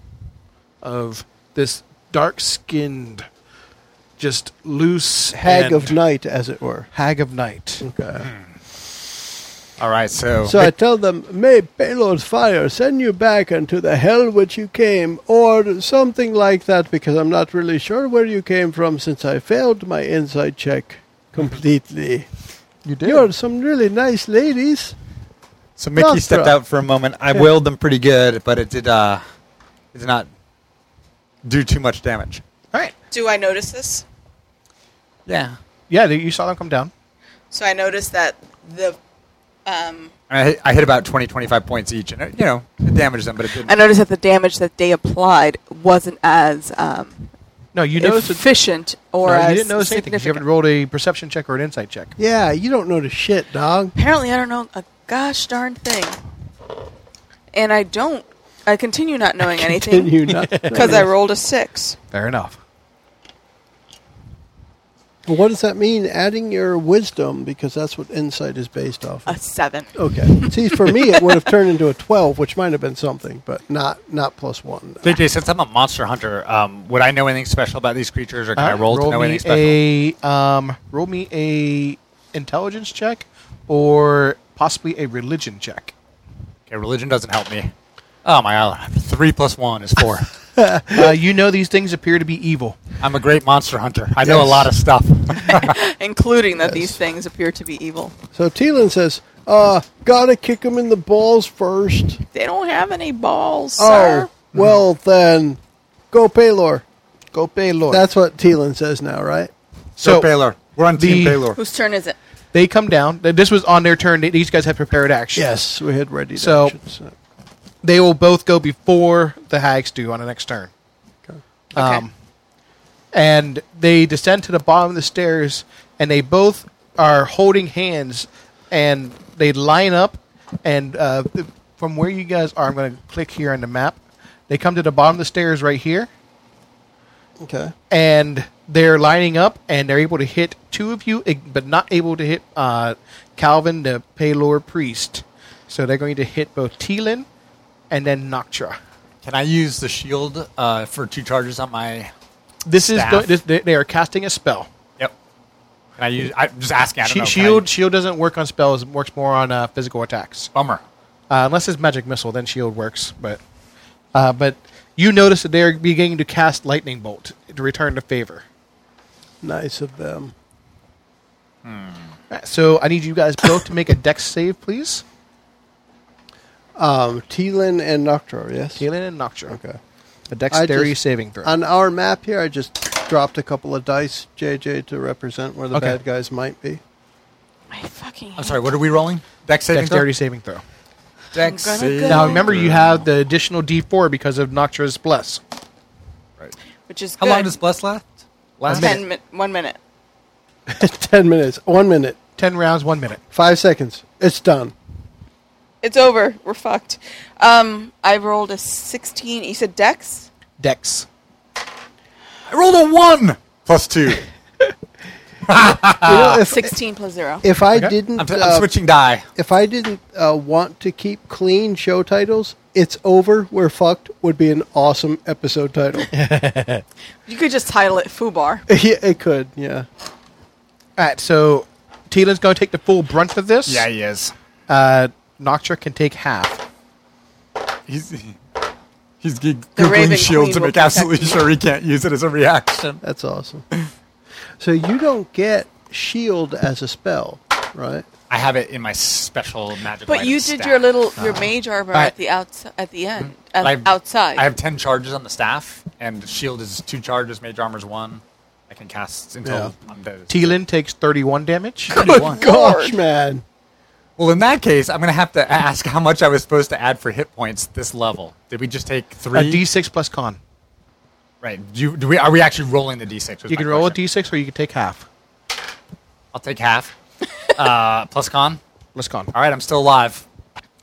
[SPEAKER 5] of this dark-skinned, just loose
[SPEAKER 2] hag
[SPEAKER 5] and-
[SPEAKER 2] of Mm. night, as it were.
[SPEAKER 5] hag of night.
[SPEAKER 2] Okay.
[SPEAKER 4] All right, so,
[SPEAKER 2] So I tell them, may Balor's fire send you back unto the hell which you came, or something like that, because I'm not really sure where you came from since I failed my inside check completely.
[SPEAKER 5] You did.
[SPEAKER 2] You're some really nice ladies.
[SPEAKER 4] so Mickey
[SPEAKER 2] Not
[SPEAKER 4] stepped
[SPEAKER 2] throw.
[SPEAKER 4] out for a moment. I willed them pretty good, but it did uh, it did not do too much damage.
[SPEAKER 5] All right.
[SPEAKER 3] Do I notice this?
[SPEAKER 4] Yeah.
[SPEAKER 5] Yeah, you saw them come down.
[SPEAKER 3] So I noticed that the. Um,
[SPEAKER 4] I hit, I hit about 20, 25 points each, and it, you know it damaged them, but it didn't.
[SPEAKER 3] I noticed that the damage that they applied wasn't as um,
[SPEAKER 5] No, you noticed. that-
[SPEAKER 3] efficient or
[SPEAKER 5] no,
[SPEAKER 3] as
[SPEAKER 5] you didn't notice anything. 'cause You haven't
[SPEAKER 3] significant.
[SPEAKER 5] rolled a perception check or an insight check.
[SPEAKER 2] Yeah, you don't notice shit, dog.
[SPEAKER 3] Apparently, I don't know a gosh darn thing, and I don't. I continue not knowing
[SPEAKER 2] Can
[SPEAKER 3] anything
[SPEAKER 2] you not?
[SPEAKER 3] because I rolled a six.
[SPEAKER 5] Fair enough.
[SPEAKER 2] What does that mean? Adding your wisdom, because that's what insight is based off.
[SPEAKER 3] A
[SPEAKER 2] Of.
[SPEAKER 3] seven.
[SPEAKER 2] Okay. See, for me, it would have turned into a twelve, which might have been something, but not not plus one.
[SPEAKER 4] JJ, since I'm a monster hunter, um, would I know anything special about these creatures, or can I
[SPEAKER 5] Alright,
[SPEAKER 4] Uh, roll, to know
[SPEAKER 5] me
[SPEAKER 4] anything special?
[SPEAKER 5] A, um, roll me a intelligence check or possibly a religion check.
[SPEAKER 4] Okay, religion doesn't help me. Oh my god, three plus one is four.
[SPEAKER 5] uh, you know these things appear to be evil.
[SPEAKER 4] I'm a great monster hunter. I know a lot of stuff.
[SPEAKER 3] including that these things appear to be evil.
[SPEAKER 2] So Teelan says, uh, gotta kick him in the balls first.
[SPEAKER 3] They don't have any balls,
[SPEAKER 2] Oh,
[SPEAKER 3] sir.
[SPEAKER 2] well then, go Paylor.
[SPEAKER 5] Go Baylor.
[SPEAKER 2] That's what Teelan says now, right?
[SPEAKER 4] so,
[SPEAKER 5] So,
[SPEAKER 4] Baylor, we're on Team
[SPEAKER 5] the-
[SPEAKER 4] Baylor.
[SPEAKER 3] Whose turn is it?
[SPEAKER 5] They come down. Th- This was on their turn. They- These guys had prepared action.
[SPEAKER 2] Yes, we had ready
[SPEAKER 5] So-
[SPEAKER 2] actions, so.
[SPEAKER 5] They will both go before the hags do on the next turn. Um, and they descend to the bottom of the stairs, and they both are holding hands, and they line up. And uh, th- from where you guys are, I'm going to click here on the map. They come to the bottom of the stairs right here,
[SPEAKER 2] Okay.
[SPEAKER 5] and they're lining up, and they're able to hit two of you, eh, but not able to hit uh, Calvin, the Paylor priest. So they're going to hit both Teelan and then Noctra.
[SPEAKER 4] Can I use the shield uh, for two charges on my?
[SPEAKER 5] This is
[SPEAKER 4] Staff.
[SPEAKER 5] go- this, they they are casting a spell.
[SPEAKER 4] Yep. Can I use? I'm just asking. I don't
[SPEAKER 5] Shi
[SPEAKER 4] know. Can I-
[SPEAKER 5] shield shield doesn't work on spells; it works more on uh, physical attacks.
[SPEAKER 4] Bummer.
[SPEAKER 5] Uh, unless it's magic missile, then shield works. But uh, but you notice that they're beginning to cast lightning bolt to return the favor.
[SPEAKER 2] Nice of them.
[SPEAKER 5] Alright, So I need you guys both to make a dex save, please.
[SPEAKER 2] Um, Teelan and Noctur, yes?
[SPEAKER 5] Kaelin and Noctra.
[SPEAKER 2] Okay.
[SPEAKER 5] A
[SPEAKER 2] I
[SPEAKER 5] dexterity
[SPEAKER 2] just-
[SPEAKER 5] saving throw.
[SPEAKER 2] On our map here, I just dropped a couple of dice, JJ, to represent where the
[SPEAKER 5] Okay.
[SPEAKER 2] bad guys might be.
[SPEAKER 3] I fucking.
[SPEAKER 4] I'm sorry. What are we rolling? Dex saving
[SPEAKER 5] Dexterity saving throw.
[SPEAKER 4] throw. Dex
[SPEAKER 3] I'm gonna
[SPEAKER 4] saving
[SPEAKER 3] go-
[SPEAKER 5] Now remember, you have the additional D4 because of Noctra's Bless.
[SPEAKER 3] Which is
[SPEAKER 4] How
[SPEAKER 3] good.
[SPEAKER 4] long does bless last? Last
[SPEAKER 3] Ten min- one minute.
[SPEAKER 2] Ten minutes, one minute,
[SPEAKER 5] Ten rounds, one minute.
[SPEAKER 2] five seconds. It's done.
[SPEAKER 3] It's over. We're fucked. Um, I rolled a 16. You said Dex?
[SPEAKER 5] Dex.
[SPEAKER 4] I rolled a one.
[SPEAKER 6] Plus two.
[SPEAKER 2] You know, if,
[SPEAKER 3] 16 plus 0.
[SPEAKER 2] if I
[SPEAKER 5] Okay.
[SPEAKER 2] didn't,
[SPEAKER 4] I'm, I'm
[SPEAKER 2] uh,
[SPEAKER 4] switching die.
[SPEAKER 2] if I didn't uh, want to keep clean show titles, it's over. We're fucked would be an awesome episode title. yeah,
[SPEAKER 3] You could just title it Fubar.
[SPEAKER 2] it could. Yeah.
[SPEAKER 5] All right, so Tila's going to take the full brunt of this.
[SPEAKER 4] Yeah, he is.
[SPEAKER 5] Uh, Noctra can take half.
[SPEAKER 4] He's he's g-
[SPEAKER 3] The Raven
[SPEAKER 4] googling shield
[SPEAKER 3] Queen
[SPEAKER 4] to
[SPEAKER 3] will
[SPEAKER 4] make absolutely
[SPEAKER 3] protect you.
[SPEAKER 4] sure he can't use it as a reaction.
[SPEAKER 2] That's awesome. so you don't get shield E as a spell, right?
[SPEAKER 4] I have it in my special magic.
[SPEAKER 3] But
[SPEAKER 4] item
[SPEAKER 3] you did
[SPEAKER 4] stack.
[SPEAKER 3] your little, your mage armor
[SPEAKER 4] I-
[SPEAKER 3] at the outside, at the end, at,
[SPEAKER 4] I've-
[SPEAKER 3] outside.
[SPEAKER 4] I have ten charges on the staff, and shield E is two charges. Mage armor's one. I can cast until I'm dead.
[SPEAKER 5] Teal'c takes 31 damage.
[SPEAKER 4] Good one.
[SPEAKER 2] Gosh, man.
[SPEAKER 4] Well, in that case, I'm gonna have to ask how much I was supposed to add for hit points this level. Did we just take
[SPEAKER 5] A
[SPEAKER 4] three?
[SPEAKER 5] D6 plus con.
[SPEAKER 4] right. Do, you, do we? Are we actually rolling the d6? was
[SPEAKER 5] You
[SPEAKER 4] my
[SPEAKER 5] can roll a
[SPEAKER 4] question.
[SPEAKER 5] D6 or you can take half.
[SPEAKER 4] I'll take half. uh, plus con.
[SPEAKER 5] Plus con.
[SPEAKER 4] All right, I'm still alive.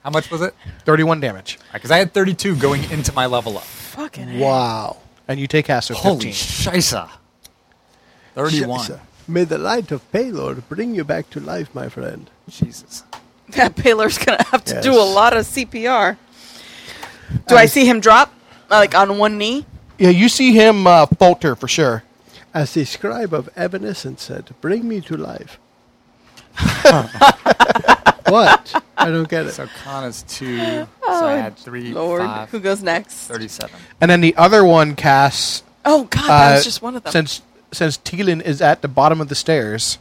[SPEAKER 4] How much was it?
[SPEAKER 5] 31 damage.
[SPEAKER 4] Because I had 32 going into my level up.
[SPEAKER 3] Fucking hell.
[SPEAKER 2] Wow.
[SPEAKER 5] And you take half, so
[SPEAKER 4] Holy
[SPEAKER 5] 15.
[SPEAKER 4] shisa. 31.
[SPEAKER 2] Shisa. May the light of Paylord bring you back to life, my friend.
[SPEAKER 4] Jesus.
[SPEAKER 3] That Paylor's gonna have to do a
[SPEAKER 2] Yes.
[SPEAKER 3] lot of CPR. Do I see him drop, like on one knee?
[SPEAKER 5] yeah, you see him uh, falter for sure.
[SPEAKER 2] As the scribe of Evanescence said, bring me to life. what? I don't get it.
[SPEAKER 4] So con is 2. So I had 3,
[SPEAKER 3] Lord,
[SPEAKER 4] five,
[SPEAKER 3] who goes next?
[SPEAKER 4] 37.
[SPEAKER 5] And then the other one casts.
[SPEAKER 3] Oh God,
[SPEAKER 5] Uh,
[SPEAKER 3] that was just one of them.
[SPEAKER 5] Since, since Teal'c is at the bottom of the stairs.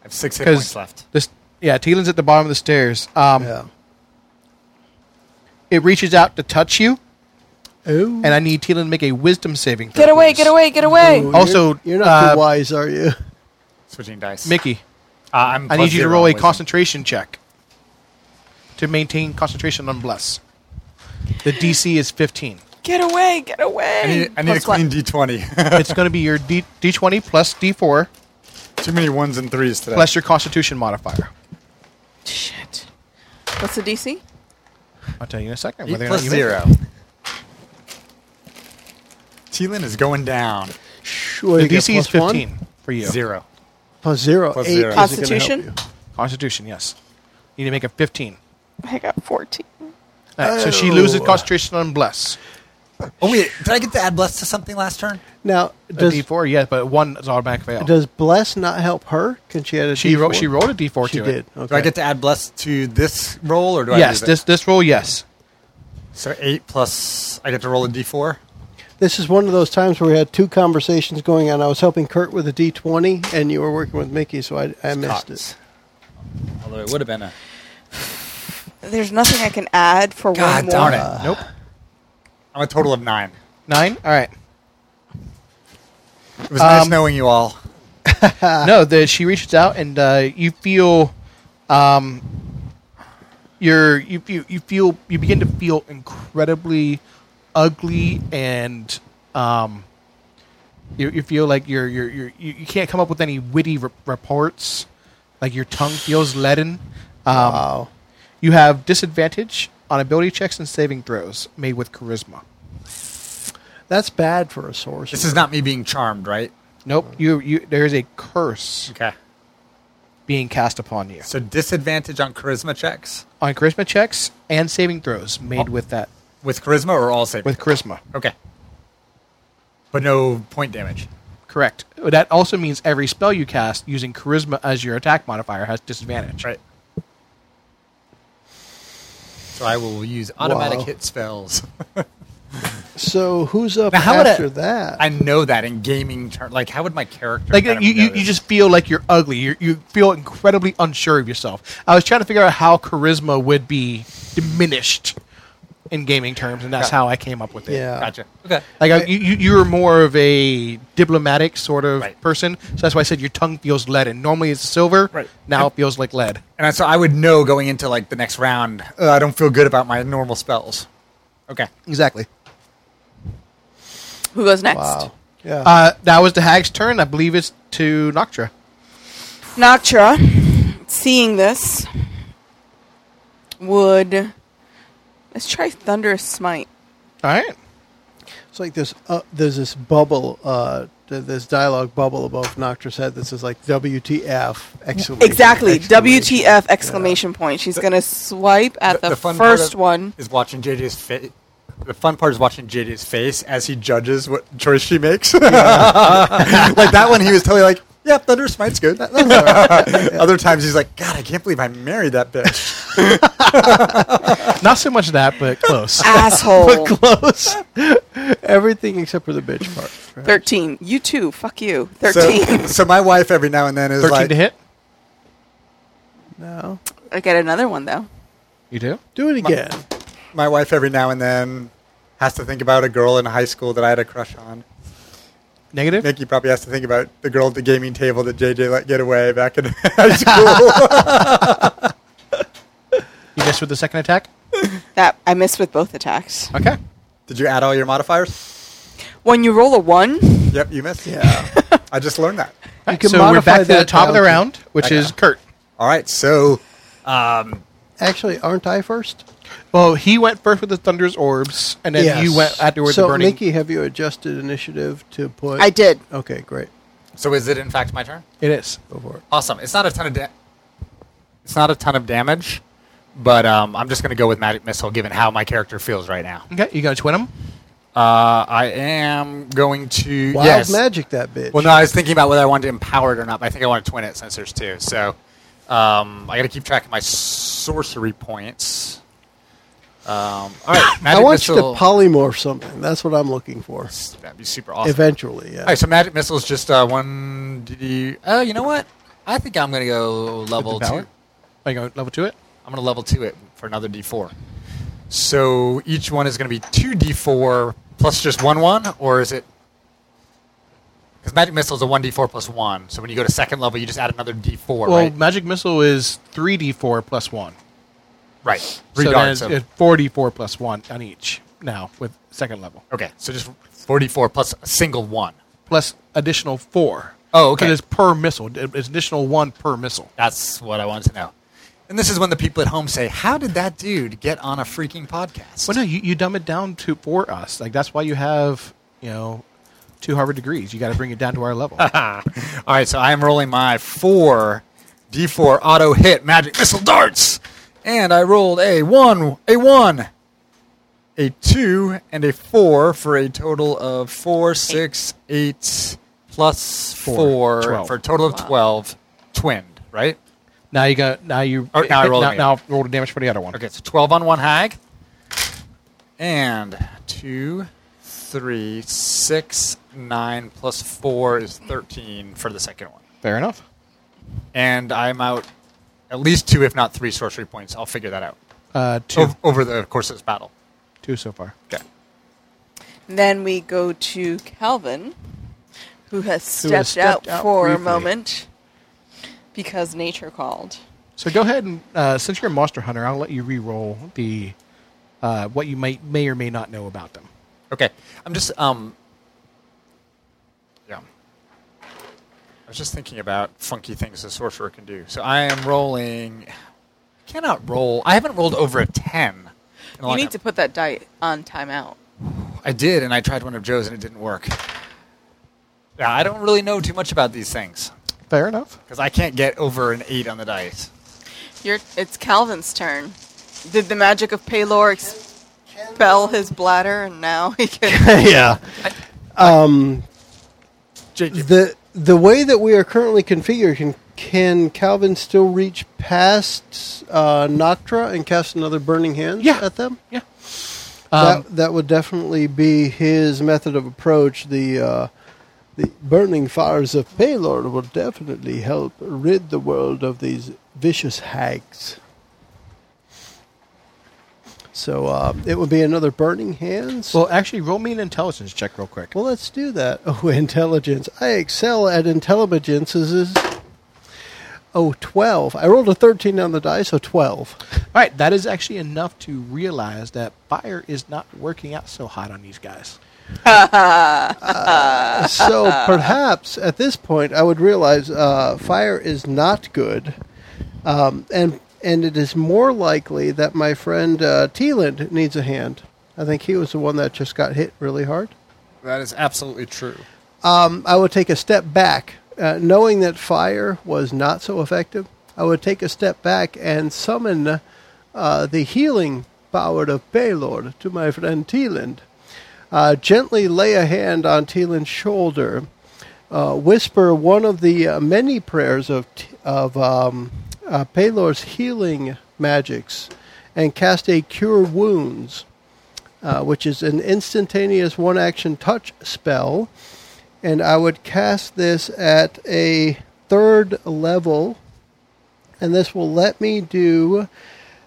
[SPEAKER 4] I have 6 hit points
[SPEAKER 5] Because
[SPEAKER 4] left.
[SPEAKER 5] this, yeah, Teelan's at the bottom of the stairs. Um,
[SPEAKER 2] yeah.
[SPEAKER 5] It reaches out to touch you,
[SPEAKER 2] Oh.
[SPEAKER 5] and I need Teelan to make a Wisdom saving. throw,
[SPEAKER 3] get away!
[SPEAKER 5] please.
[SPEAKER 3] Get away! Get away!
[SPEAKER 2] You're-
[SPEAKER 5] also,
[SPEAKER 2] Oh, you're, not
[SPEAKER 5] uh,
[SPEAKER 2] too wise, are you?
[SPEAKER 4] Switching dice.
[SPEAKER 5] Mickey.
[SPEAKER 4] uh, I'm
[SPEAKER 5] I
[SPEAKER 4] plus
[SPEAKER 5] need you to
[SPEAKER 4] zero
[SPEAKER 5] roll
[SPEAKER 4] on
[SPEAKER 5] a
[SPEAKER 4] wisdom.
[SPEAKER 5] concentration check to maintain concentration on bless. The DC is 15.
[SPEAKER 3] Get away! Get away!
[SPEAKER 4] I need, I need a
[SPEAKER 3] Plus one.
[SPEAKER 4] clean d20.
[SPEAKER 5] it's going to be your D- D20 plus D4
[SPEAKER 4] Too many ones and threes today.
[SPEAKER 5] plus your Constitution modifier.
[SPEAKER 3] Shit. What's the DC?
[SPEAKER 5] I'll tell you in a second.
[SPEAKER 2] E
[SPEAKER 4] Eight
[SPEAKER 5] whether or
[SPEAKER 4] E plus
[SPEAKER 5] not you make it.
[SPEAKER 4] zero. Teelan is going down.
[SPEAKER 5] The
[SPEAKER 2] Well, Oh, you get
[SPEAKER 5] DC is
[SPEAKER 2] plus one?
[SPEAKER 5] 15 for you.
[SPEAKER 4] Zero.
[SPEAKER 2] Plus zero.
[SPEAKER 6] Plus
[SPEAKER 2] Eight
[SPEAKER 6] zero.
[SPEAKER 2] is gonna help
[SPEAKER 3] Constitution?
[SPEAKER 2] you.
[SPEAKER 5] Constitution, yes. You need to make a 15.
[SPEAKER 3] I got fourteen.
[SPEAKER 5] All right, So she
[SPEAKER 2] Oh.
[SPEAKER 5] loses concentration on bless.
[SPEAKER 4] Oh wait, did I get to add bless to something last turn?
[SPEAKER 2] Now,
[SPEAKER 5] A
[SPEAKER 2] does,
[SPEAKER 5] D4, yes, but one is automatic fail.
[SPEAKER 2] does Bless not help her? Can she add a
[SPEAKER 5] she,
[SPEAKER 2] D4?
[SPEAKER 5] ro- she rolled a D4
[SPEAKER 2] She
[SPEAKER 5] to
[SPEAKER 2] did.
[SPEAKER 5] it.
[SPEAKER 2] Okay.
[SPEAKER 4] Do I get to add bless to this roll, or do I?
[SPEAKER 5] Yes,
[SPEAKER 4] lose it?
[SPEAKER 5] this, this roll, yes.
[SPEAKER 4] So eight plus, I get to roll a d4.
[SPEAKER 2] This is one of those times where we had two conversations going on. I was helping Kurt with a D20, and you were working with Mickey, so I, I missed it.
[SPEAKER 4] Although it would have been a.
[SPEAKER 3] There's nothing I can add for one
[SPEAKER 4] God
[SPEAKER 3] more.
[SPEAKER 4] darn it!
[SPEAKER 5] Nope.
[SPEAKER 2] Ah.
[SPEAKER 4] I'm a total of nine.
[SPEAKER 5] Nine? All right.
[SPEAKER 4] It was nice
[SPEAKER 5] Um,
[SPEAKER 4] knowing you all.
[SPEAKER 5] no, the, she reaches out and uh, you feel, um, you're you, you you feel you begin to feel incredibly ugly and um, you, you feel like you're you're, you're you, you can't come up with any witty re- reports, like your tongue feels leaden. Um,
[SPEAKER 2] Wow.
[SPEAKER 5] You have disadvantage on ability checks and saving throws made with charisma.
[SPEAKER 2] That's bad for a sorcerer.
[SPEAKER 4] This is not me being charmed, right?
[SPEAKER 5] Nope, you you there is a curse
[SPEAKER 4] Okay.
[SPEAKER 5] being cast upon you.
[SPEAKER 4] So disadvantage on charisma checks
[SPEAKER 5] on charisma checks and saving throws made
[SPEAKER 4] Oh.
[SPEAKER 5] with that
[SPEAKER 4] with charisma or all saving.
[SPEAKER 5] with charisma.
[SPEAKER 4] okay. But no point damage.
[SPEAKER 5] Correct. That also means every spell you cast using charisma as your attack modifier has disadvantage.
[SPEAKER 4] Right. So I will use automatic
[SPEAKER 2] Wow.
[SPEAKER 4] hit spells.
[SPEAKER 2] so who's up
[SPEAKER 4] Now, how would
[SPEAKER 2] after
[SPEAKER 4] I-
[SPEAKER 2] that?
[SPEAKER 4] I know that in gaming terms. Like, how would my character?
[SPEAKER 5] Like you,
[SPEAKER 4] kind of
[SPEAKER 5] you,
[SPEAKER 4] know
[SPEAKER 5] you
[SPEAKER 4] this?
[SPEAKER 5] just feel like you're ugly. you you feel incredibly unsure of yourself. I was trying to figure out how charisma would be diminished in gaming terms, and that's
[SPEAKER 4] Yeah.
[SPEAKER 5] how I came up with it.
[SPEAKER 2] Yeah.
[SPEAKER 4] Gotcha. Okay.
[SPEAKER 5] Like I, you, you you were more of a diplomatic sort of
[SPEAKER 4] Right.
[SPEAKER 5] person, so that's why I said your tongue feels lead, and normally it's silver.
[SPEAKER 4] Right.
[SPEAKER 5] Now it feels like lead.
[SPEAKER 4] And so I would know going into like the next round. Uh, I don't feel good about my normal spells. Okay.
[SPEAKER 5] Exactly.
[SPEAKER 3] Who goes next?
[SPEAKER 2] Wow. Yeah.
[SPEAKER 5] Uh, that was the hag's turn. I believe it's to Noctra.
[SPEAKER 3] Noctra, seeing this, would let's try thunderous smite.
[SPEAKER 5] All right.
[SPEAKER 2] It's like this. Uh, there's this bubble. Uh, th- this dialogue bubble above Noctra's head. This is like WTF! Excellation!
[SPEAKER 3] Exactly.
[SPEAKER 2] exclamation.
[SPEAKER 3] WTF! Exclamation point. She's gonna swipe at the,
[SPEAKER 4] part
[SPEAKER 3] first
[SPEAKER 4] of-
[SPEAKER 3] one.
[SPEAKER 4] is watching JJ's face. The fun part is watching JJ's face as he judges what choice she makes. like that one, he was totally like, "Yeah, Thunder Smite's good." Other times, he's like, "God, I can't believe I married that bitch."
[SPEAKER 5] Not so much that, but close.
[SPEAKER 3] Asshole.
[SPEAKER 2] Close. Everything except for the bitch part. right?
[SPEAKER 3] Thirteen. You too. Fuck you. Thirteen.
[SPEAKER 4] so, so my wife every now and then is
[SPEAKER 5] Thirteen
[SPEAKER 4] like,
[SPEAKER 5] to hit.
[SPEAKER 2] No.
[SPEAKER 3] I get another one though.
[SPEAKER 5] You do.
[SPEAKER 2] Do it again.
[SPEAKER 4] my wife every now and then has to think about a girl in high school that I had a crush on.
[SPEAKER 5] Negative.
[SPEAKER 4] Nikki probably has to think about the girl at the gaming table that JJ let get away back in high school.
[SPEAKER 5] You missed with the second attack.
[SPEAKER 3] That I missed with both attacks.
[SPEAKER 5] Okay.
[SPEAKER 4] Did you add all your modifiers?
[SPEAKER 3] When you roll a one,
[SPEAKER 4] Yep, you missed.
[SPEAKER 2] Yeah.
[SPEAKER 4] I just learned that.
[SPEAKER 2] You can
[SPEAKER 5] so we're
[SPEAKER 2] modify
[SPEAKER 5] back to the
[SPEAKER 2] that
[SPEAKER 5] top of the
[SPEAKER 2] down to-
[SPEAKER 5] round, which
[SPEAKER 4] Okay.
[SPEAKER 5] is Kurt.
[SPEAKER 4] All right, so
[SPEAKER 2] Actually, aren't I first?
[SPEAKER 5] Well, he went first with the thunder's orbs, and then you went afterwards.
[SPEAKER 2] So,
[SPEAKER 5] burning.
[SPEAKER 2] Nikki, have you adjusted initiative to put?
[SPEAKER 3] I did.
[SPEAKER 2] Okay, great.
[SPEAKER 4] so is it in fact my turn?
[SPEAKER 5] It is.
[SPEAKER 2] Go for
[SPEAKER 5] Uh,
[SPEAKER 2] it.
[SPEAKER 4] Awesome. It's not a ton of da- it's not a ton of damage, but um, I'm just going to go with magic missile given how my character feels right now.
[SPEAKER 5] Okay, you gonna twin him?
[SPEAKER 4] Uh, I am going to
[SPEAKER 2] Wild
[SPEAKER 4] yes.
[SPEAKER 2] magic, that bitch.
[SPEAKER 4] Well, no, I was thinking about whether I wanted to empower it or not. But I think I want to twin it since there's two. So um, I got to keep track of my sorcery points. Um, all right, magic
[SPEAKER 2] I want
[SPEAKER 4] missile.
[SPEAKER 2] you to polymorph something. That's what I'm looking for.
[SPEAKER 4] That'd be super awesome.
[SPEAKER 2] Eventually, yeah.
[SPEAKER 4] All right, so magic missile is just uh, one. DD. Oh, you know what? I think I'm going to go level
[SPEAKER 5] With the power?
[SPEAKER 4] two.
[SPEAKER 5] Are you going level to it?
[SPEAKER 4] I'm going to level two it for another D4. So each one is going to be two D4 plus just one one, or is it? Because magic missile is a one D4 plus one. So when you go to second level, you just add another D4,
[SPEAKER 5] well,
[SPEAKER 4] right?
[SPEAKER 5] magic missile is three d four plus one.
[SPEAKER 4] right. Three
[SPEAKER 5] So then
[SPEAKER 4] darts.
[SPEAKER 5] it's,
[SPEAKER 4] So
[SPEAKER 5] it's four d four plus one on each now with second level
[SPEAKER 4] okay, so just four D4 plus a single one.
[SPEAKER 5] plus additional four.
[SPEAKER 4] Oh, okay.
[SPEAKER 5] So it's per missile. It's additional one per missile.
[SPEAKER 4] That's what I wanted to know. And this is when the people at home say, "How did that dude get on a freaking podcast?"
[SPEAKER 5] Well, no, you, you dumb it down to for us. Like that's why you have you know two Harvard degrees. You got to bring it down to our level.
[SPEAKER 4] All right, so I am rolling my four D4 auto hit magic missile darts, and I rolled a one, a one, a two, and a four for a total of four, six, eight, plus
[SPEAKER 5] Four.
[SPEAKER 4] four,
[SPEAKER 5] Twelve.
[SPEAKER 4] for a total of twelve. Twinned, right?
[SPEAKER 5] now you got now you
[SPEAKER 4] Oh, now I roll
[SPEAKER 5] now,
[SPEAKER 4] again.
[SPEAKER 5] now roll the damage for the other one.
[SPEAKER 4] Okay, so twelve on one hag, and two, three, six, nine plus four is thirteen for the second one.
[SPEAKER 5] fair enough.
[SPEAKER 4] and I'm out at least two, if not three, sorcery points. I'll figure that out
[SPEAKER 5] Uh,
[SPEAKER 3] Oh.
[SPEAKER 5] two,
[SPEAKER 4] ov- over the course of this battle.
[SPEAKER 5] two so far.
[SPEAKER 4] Okay.
[SPEAKER 3] then we go to Calvin, who has
[SPEAKER 5] Who
[SPEAKER 3] stepped,
[SPEAKER 5] has stepped
[SPEAKER 3] out,
[SPEAKER 5] out
[SPEAKER 3] for
[SPEAKER 5] briefly.
[SPEAKER 3] a moment because nature called.
[SPEAKER 5] So go ahead and uh, since you're a monster hunter, I'll let you re-roll the uh, what you might may or may not know about them.
[SPEAKER 4] Okay. I'm just um. Yeah. I was just thinking about funky things the sorcerer can do. So I am rolling. Cannot roll. I haven't rolled over a ten. in a
[SPEAKER 3] You
[SPEAKER 4] long
[SPEAKER 3] need to
[SPEAKER 4] time.
[SPEAKER 3] put that die on timeout.
[SPEAKER 4] I did, and I tried one of Joe's, and it didn't work. Yeah, I don't really know too much about these things
[SPEAKER 5] Fair enough.
[SPEAKER 4] because I can't get over an eight on the dice.
[SPEAKER 3] Your it's Calvin's turn. Did the magic of Paylor expel his bladder, and now he can?
[SPEAKER 2] yeah.
[SPEAKER 4] JJ,
[SPEAKER 2] The the way that we are currently configured, can can Calvin still reach past uh, Noctra and cast another burning hand
[SPEAKER 5] Yeah.
[SPEAKER 2] at them?
[SPEAKER 5] Yeah. Um,
[SPEAKER 2] that that would definitely be his method of approach. The uh, the burning fires of Paylord will definitely help rid the world of these vicious hags. So um, it would be another Burning Hands.
[SPEAKER 5] Well, actually, roll me an intelligence check real quick.
[SPEAKER 2] Well, let's do that. Oh, intelligence. I excel at intelligence. This Is oh, 12. I rolled a 13 on the die, so 12.
[SPEAKER 5] All right, that is actually enough to realize that Fire is not working out so hot on these guys.
[SPEAKER 2] so perhaps at this point I would realize uh, fire is not good, um, and and it is more likely that my friend uh, Teeland needs a hand. I think he was the one that just got hit really hard.
[SPEAKER 4] That is absolutely true.
[SPEAKER 2] Um, I would take a step back, uh, knowing that fire was not so effective. I would take a step back and summon uh, the healing power of Baylor to my friend Teeland. Uh, gently lay a hand on Teeland's shoulder. Uh, whisper one of the uh, many prayers of T- of um, uh, Pelor's healing magics, and cast a cure wounds, uh, which is an instantaneous one action touch spell and I would cast this at a third level, and this will let me do.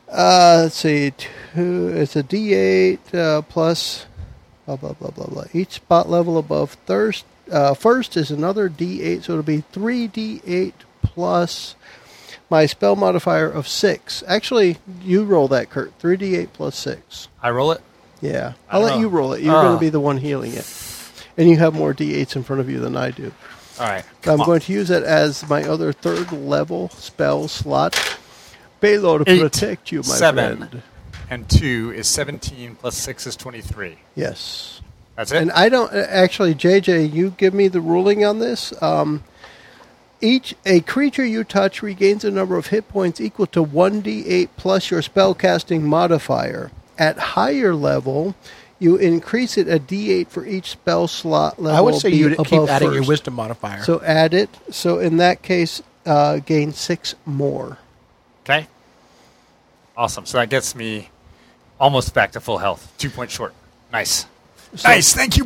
[SPEAKER 2] Uh, let's see, two, it's a D8 uh, plus blah blah blah blah blah. Each spot level above thirst uh, first is another D8, so it'll be three D8 plus my spell modifier of six. Actually, you roll that, Kurt. Three D8 plus six.
[SPEAKER 4] I roll it.
[SPEAKER 2] Yeah. I'll let
[SPEAKER 4] know.
[SPEAKER 2] you roll it. You're
[SPEAKER 4] Ah.
[SPEAKER 2] going to be the one healing it. And you have more D8s in front of you than I do.
[SPEAKER 4] All right.
[SPEAKER 2] I'm going to use it as my other third level spell slot. Baylor,
[SPEAKER 4] Eight,
[SPEAKER 2] protect you, my
[SPEAKER 4] seven.
[SPEAKER 2] friend.
[SPEAKER 4] And two is seventeen plus six is twenty-three.
[SPEAKER 2] Yes.
[SPEAKER 4] That's it.
[SPEAKER 2] And I don't actually, JJ. You give me the ruling on this. Um, each a creature you touch regains a number of hit points equal to one d8 plus your spellcasting modifier. At higher level, you increase it a d8 for each spell slot level.
[SPEAKER 5] I would say
[SPEAKER 2] be
[SPEAKER 5] you keep
[SPEAKER 2] above
[SPEAKER 5] adding your
[SPEAKER 2] first.
[SPEAKER 5] wisdom modifier.
[SPEAKER 2] So add it. So in that case, uh, gain six more.
[SPEAKER 4] okay. Awesome. So that gets me almost back to full health. Two points short. Nice. nice. Thank you,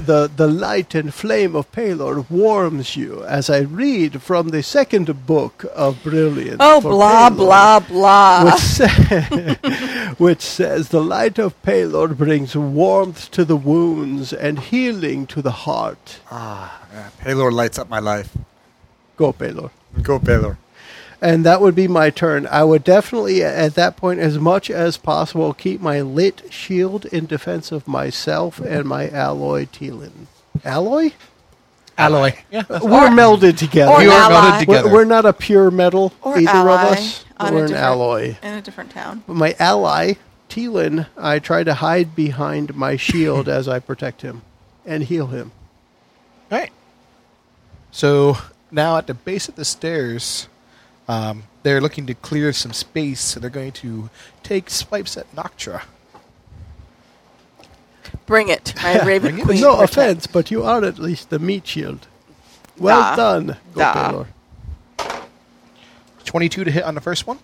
[SPEAKER 2] The, the the light and flame of Palor warms you as I read from the second book of Brilliance.
[SPEAKER 3] Oh,
[SPEAKER 2] for
[SPEAKER 3] blah,
[SPEAKER 2] Palor,
[SPEAKER 3] blah, blah,
[SPEAKER 2] Which, sa- which says the light of Palor brings warmth to the wounds and healing to the heart.
[SPEAKER 4] Uh,
[SPEAKER 6] Paylor lights up my life.
[SPEAKER 2] Go Palor.
[SPEAKER 6] Go Paylor.
[SPEAKER 2] and that would be my turn. I would definitely, at that point, as much as possible, keep my lit shield in defense of myself and my alloy Teelin. Alloy?
[SPEAKER 5] Alloy. Yeah.
[SPEAKER 2] We're melded together.
[SPEAKER 3] or
[SPEAKER 5] You are
[SPEAKER 3] ally.
[SPEAKER 5] melded together.
[SPEAKER 2] We're, we're not a pure metal,
[SPEAKER 3] Or
[SPEAKER 2] either
[SPEAKER 3] ally
[SPEAKER 2] of us.
[SPEAKER 3] on a
[SPEAKER 2] We're an
[SPEAKER 3] different-
[SPEAKER 2] alloy.
[SPEAKER 3] in a different town.
[SPEAKER 2] But my ally, Teelin, I try to hide behind my shield as I protect him and heal him.
[SPEAKER 5] All right. So now at the base of the stairs, um, they're looking to clear some space, so they're going to take swipes at Noctra.
[SPEAKER 3] Bring it, my Raven
[SPEAKER 5] bring it.
[SPEAKER 3] Queen.
[SPEAKER 2] no
[SPEAKER 3] protect.
[SPEAKER 2] offense, but you are at least the meat shield. Well
[SPEAKER 3] Da.
[SPEAKER 2] done,
[SPEAKER 3] Da.
[SPEAKER 2] Gopelor.
[SPEAKER 5] 22 to hit on the first one.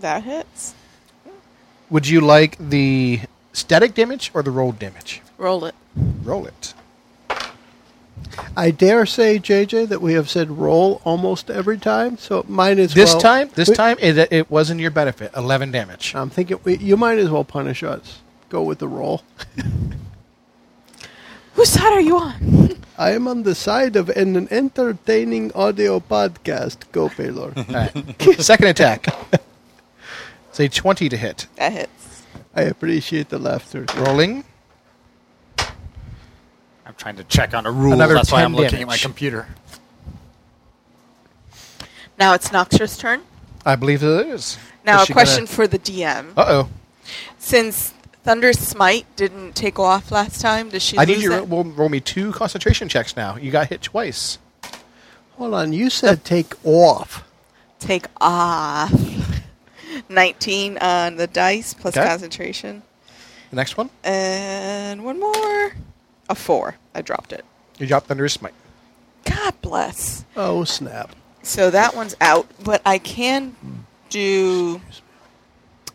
[SPEAKER 3] That hits.
[SPEAKER 5] Would you like the static damage or the roll damage?
[SPEAKER 3] Roll it.
[SPEAKER 5] Roll it.
[SPEAKER 2] I dare say, JJ, that we have said roll almost every time, so mine is
[SPEAKER 5] This time, this time it, it was in your benefit. 11 damage.
[SPEAKER 2] I'm thinking we, you might as well punish us. Go with the roll.
[SPEAKER 3] Whose side are you on?
[SPEAKER 2] I am on the side of an entertaining audio podcast. Go, Paylor.
[SPEAKER 5] All right. Second attack. Say 20 to hit.
[SPEAKER 3] That hits.
[SPEAKER 2] I appreciate the laughter.
[SPEAKER 5] Rolling.
[SPEAKER 4] I'm trying to check on a rule.
[SPEAKER 5] Another
[SPEAKER 4] That's why
[SPEAKER 5] 10
[SPEAKER 4] I'm looking at my
[SPEAKER 5] damage.
[SPEAKER 4] computer.
[SPEAKER 3] Now it's Noxtra's turn.
[SPEAKER 5] I believe it is.
[SPEAKER 3] Now
[SPEAKER 5] Is
[SPEAKER 3] a
[SPEAKER 5] she
[SPEAKER 3] question
[SPEAKER 5] Gonna...
[SPEAKER 3] for the DM.
[SPEAKER 5] Uh oh.
[SPEAKER 3] Since Thunder Smite didn't take off last time, does she
[SPEAKER 5] I
[SPEAKER 3] lose
[SPEAKER 5] need you to
[SPEAKER 3] that?
[SPEAKER 5] roll, roll me two concentration checks now. You got hit twice.
[SPEAKER 2] Hold on, you said take off.
[SPEAKER 3] take off? 19 on the dice plus
[SPEAKER 5] Okay.
[SPEAKER 3] concentration.
[SPEAKER 5] The next one,
[SPEAKER 3] And one more. A four. I dropped it.
[SPEAKER 5] you drop Thunderous Smite.
[SPEAKER 3] God bless.
[SPEAKER 2] Oh, snap.
[SPEAKER 3] So that one's out, but I can do.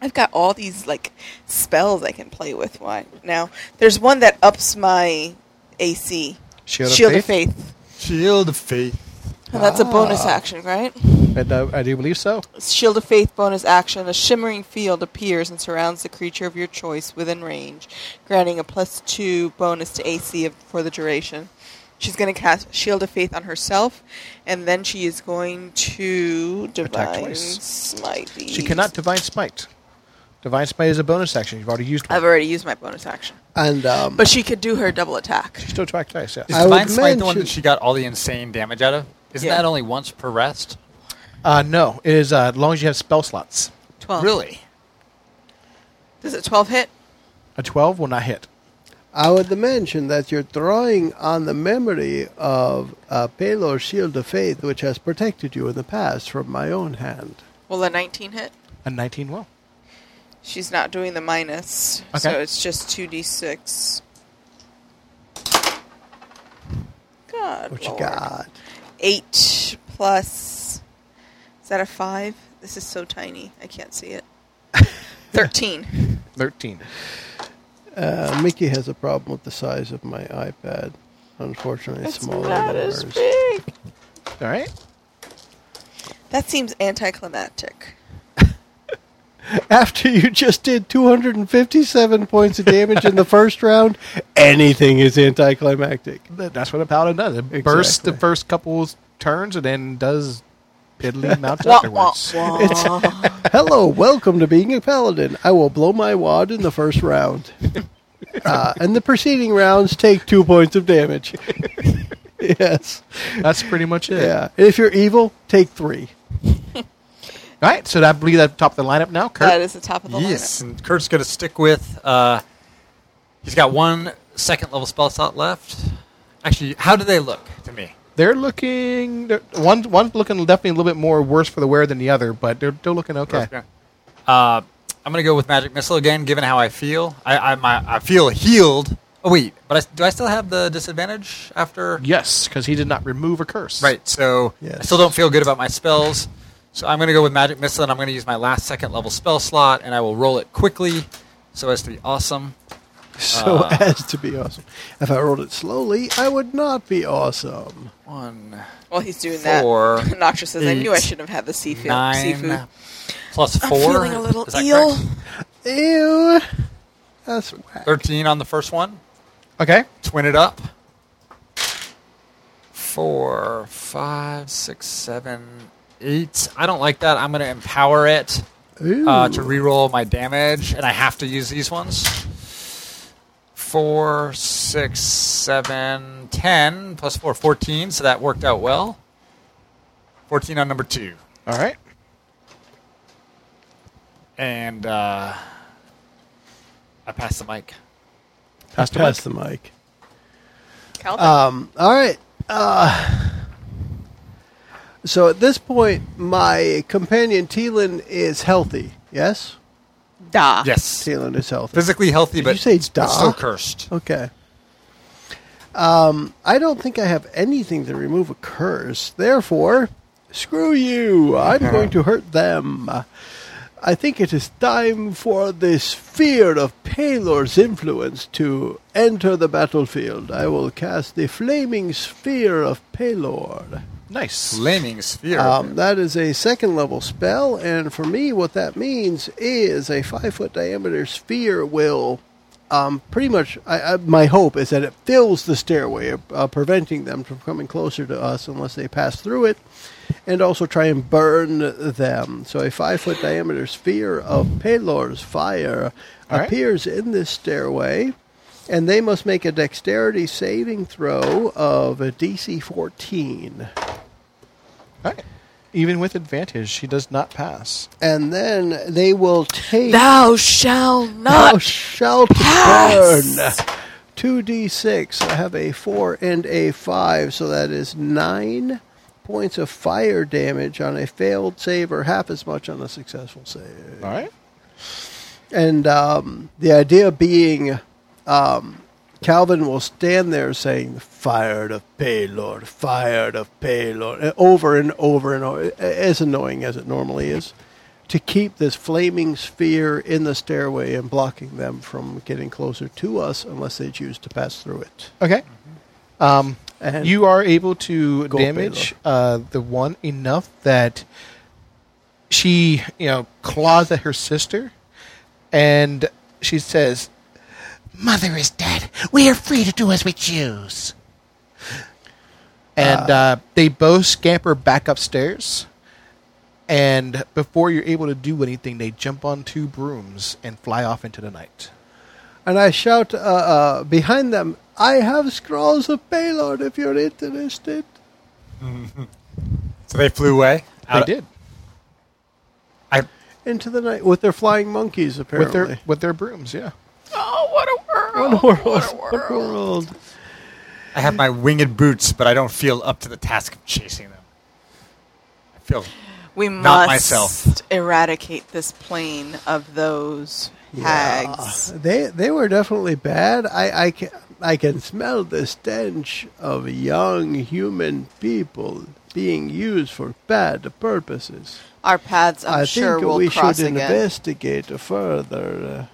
[SPEAKER 3] I've got all these like spells I can play with. Why now? There's one that ups my AC.
[SPEAKER 5] Shield of
[SPEAKER 3] of
[SPEAKER 5] Faith?
[SPEAKER 3] faith.
[SPEAKER 4] Shield of faith.
[SPEAKER 3] And that's a bonus action, right?
[SPEAKER 5] And uh, I do believe so.
[SPEAKER 3] Shield of Faith bonus action. A shimmering field appears and surrounds the creature of your choice within range, granting a plus two bonus to AC of, for the duration. She's going to cast Shield of Faith on herself, and then she is going to divine
[SPEAKER 5] twice.
[SPEAKER 3] smite.
[SPEAKER 5] She
[SPEAKER 3] these.
[SPEAKER 5] cannot divine smite. Divine smite is a bonus action. You've already used one.
[SPEAKER 3] I've already used my bonus action,
[SPEAKER 2] And um,
[SPEAKER 3] but she could do her double attack.
[SPEAKER 5] Still track twice. Yes.
[SPEAKER 8] Is
[SPEAKER 2] I
[SPEAKER 8] Divine
[SPEAKER 2] would
[SPEAKER 8] Smite the one that
[SPEAKER 2] mention-
[SPEAKER 8] she got all the insane damage out of? Isn't
[SPEAKER 3] Yeah.
[SPEAKER 8] that only once per rest?
[SPEAKER 5] Uh, no, it is uh, as long as you have spell slots.
[SPEAKER 3] Twelve.
[SPEAKER 8] Really?
[SPEAKER 3] Does it twelve hit?
[SPEAKER 5] A twelve will not hit.
[SPEAKER 2] I would mention that you're drawing on the memory of uh, Pelor's Shield of Faith, which has protected you in the past from my own hand.
[SPEAKER 3] Will a nineteen hit?
[SPEAKER 5] A nineteen will.
[SPEAKER 3] She's not doing the minus, so
[SPEAKER 5] Okay.
[SPEAKER 3] it's just two d six. God,
[SPEAKER 2] What
[SPEAKER 3] Lord.
[SPEAKER 2] you got?
[SPEAKER 3] Eight plus. Is that a five? This is so tiny. I can't see it. Thirteen.
[SPEAKER 5] Thirteen.
[SPEAKER 2] Uh, Mickey has a problem with the size of my iPad. Unfortunately, it's
[SPEAKER 3] It's
[SPEAKER 2] smaller
[SPEAKER 3] not
[SPEAKER 2] than
[SPEAKER 3] as
[SPEAKER 2] hers.
[SPEAKER 3] big.
[SPEAKER 5] All right.
[SPEAKER 3] That seems anticlimactic.
[SPEAKER 2] After you just did 257 points of damage in the first round, anything is anticlimactic.
[SPEAKER 5] Th- That's what a paladin does. It bursts the
[SPEAKER 2] Exactly.
[SPEAKER 5] first couple turns and then does piddly amounts
[SPEAKER 3] Wah, wah,
[SPEAKER 5] afterwards.
[SPEAKER 3] wah.
[SPEAKER 2] Hello, welcome to being a paladin. I will blow my wad in the first round. Uh, and the preceding rounds take two points of damage. yes.
[SPEAKER 5] That's pretty much it.
[SPEAKER 2] Yeah. If you're evil, take three.
[SPEAKER 5] All right. So I believe that top of the lineup now. Kurt.
[SPEAKER 3] that is the top of the
[SPEAKER 8] Yes. And Kurt's going to stick with. Uh, he's got one second level spell slot left. Actually, how do they look to me?
[SPEAKER 5] They're looking. They're, one's one's looking definitely a little bit more worse for the wear than the other, but they're still looking okay.
[SPEAKER 8] Uh, I'm going to go with Magic Missile again, given how I feel. I, I, my, I feel healed. Oh, wait. But I, do I still have the disadvantage after?
[SPEAKER 5] Yes, because he did not remove a curse.
[SPEAKER 8] Right. So I
[SPEAKER 2] Yes.
[SPEAKER 8] still don't feel good about my spells. So I'm going to go with Magic Missile, and I'm going to use my last second level spell slot, and I will roll it quickly so as to be awesome.
[SPEAKER 2] So
[SPEAKER 8] Ah.
[SPEAKER 2] as to be awesome. If I rolled it slowly, I would not be awesome.
[SPEAKER 8] One,
[SPEAKER 3] While he's doing
[SPEAKER 8] Four,
[SPEAKER 3] that, Noxus says, "I knew I
[SPEAKER 8] eight,
[SPEAKER 3] shouldn't have had the seafood." seafood.
[SPEAKER 8] nine, plus
[SPEAKER 3] I'm
[SPEAKER 8] four.
[SPEAKER 3] feeling a little
[SPEAKER 8] Is that
[SPEAKER 3] ill.
[SPEAKER 8] correct?
[SPEAKER 2] Ew. That's whack.
[SPEAKER 8] 13 on the first one.
[SPEAKER 5] Okay.
[SPEAKER 8] Twin it up. Four, five, six, seven, eight. I don't like that. I'm going to empower it uh, to
[SPEAKER 2] Ooh.
[SPEAKER 8] reroll my damage, and I have to use these ones. Four, six, seven, ten, plus four, 14, so that worked out well. 14 on number two.
[SPEAKER 5] All right.
[SPEAKER 8] And uh, I passed the mic.
[SPEAKER 5] Pass the
[SPEAKER 2] Pass
[SPEAKER 5] mic.
[SPEAKER 2] the mic.
[SPEAKER 3] Calvin.
[SPEAKER 2] Um, all right. Uh, so at this point, my companion Teelan is healthy. Yes,
[SPEAKER 3] da.
[SPEAKER 8] Yes.
[SPEAKER 2] Teelan is healthy.
[SPEAKER 8] Physically healthy, but
[SPEAKER 2] you say da?
[SPEAKER 8] but still cursed.
[SPEAKER 2] Okay. Um, I don't think I have anything to remove a curse. Therefore, screw you. I'm going to hurt them. I think it is time for the sphere of Palor's influence to enter the battlefield. I will cast the flaming sphere of Palor.
[SPEAKER 5] Nice.
[SPEAKER 8] Flaming sphere.
[SPEAKER 2] Um, that is a second level spell, and for me, what that means is a five foot diameter sphere will um, pretty much. I, I, my hope is that it fills the stairway, uh, preventing them from coming closer to us unless they pass through it, and also try and burn them. So, a five foot diameter sphere of Pelor's fire
[SPEAKER 5] All right.
[SPEAKER 2] appears in this stairway. And they must make a dexterity saving throw of a DC 14.
[SPEAKER 5] All right. Even with advantage, she does not pass.
[SPEAKER 2] and then they will take
[SPEAKER 3] Thou shall
[SPEAKER 2] thou
[SPEAKER 3] not.
[SPEAKER 2] shalt
[SPEAKER 3] pass.
[SPEAKER 2] burn. 2d6. I have a 4 and a 5, so that is 9 points of fire damage on a failed save or half as much on a successful save.
[SPEAKER 5] All right.
[SPEAKER 2] And um, the idea being um, Calvin will stand there saying, Fired of payload, fired of payload, uh, over and over and over, a- as annoying as it normally is, to keep this flaming sphere in the stairway and blocking them from getting closer to us unless they choose to pass through it.
[SPEAKER 5] Okay. Um,
[SPEAKER 2] And-
[SPEAKER 5] you are able to
[SPEAKER 2] Go,
[SPEAKER 5] damage uh, the one enough that she, you know, claws at her sister, and she says,
[SPEAKER 7] Mother is dead. We are free to do as we choose.
[SPEAKER 5] and uh, they both scamper back upstairs. And before you're able to do anything, they jump on two brooms and fly off into the night.
[SPEAKER 2] And I shout uh, uh, behind them, I have scrolls of Baylor if you're interested.
[SPEAKER 4] So they flew away.
[SPEAKER 5] They did
[SPEAKER 4] I,
[SPEAKER 2] Into the night with their flying monkeys,
[SPEAKER 5] with
[SPEAKER 2] apparently.
[SPEAKER 5] their with their brooms, yeah.
[SPEAKER 3] Oh, what a world!
[SPEAKER 2] What world?
[SPEAKER 3] What a
[SPEAKER 2] What
[SPEAKER 3] world.
[SPEAKER 2] world?
[SPEAKER 4] I have my winged boots, but I don't feel up to the task of chasing them. I feel
[SPEAKER 3] We
[SPEAKER 4] Not
[SPEAKER 3] must
[SPEAKER 4] myself.
[SPEAKER 3] eradicate this plane of those hags.
[SPEAKER 2] They they were definitely bad. I I can, I can smell the stench of young human people being used for bad purposes.
[SPEAKER 3] Our paths, I'm
[SPEAKER 2] I
[SPEAKER 3] sure,
[SPEAKER 2] think
[SPEAKER 3] will
[SPEAKER 2] we
[SPEAKER 3] cross
[SPEAKER 2] should
[SPEAKER 3] again.
[SPEAKER 2] investigate further.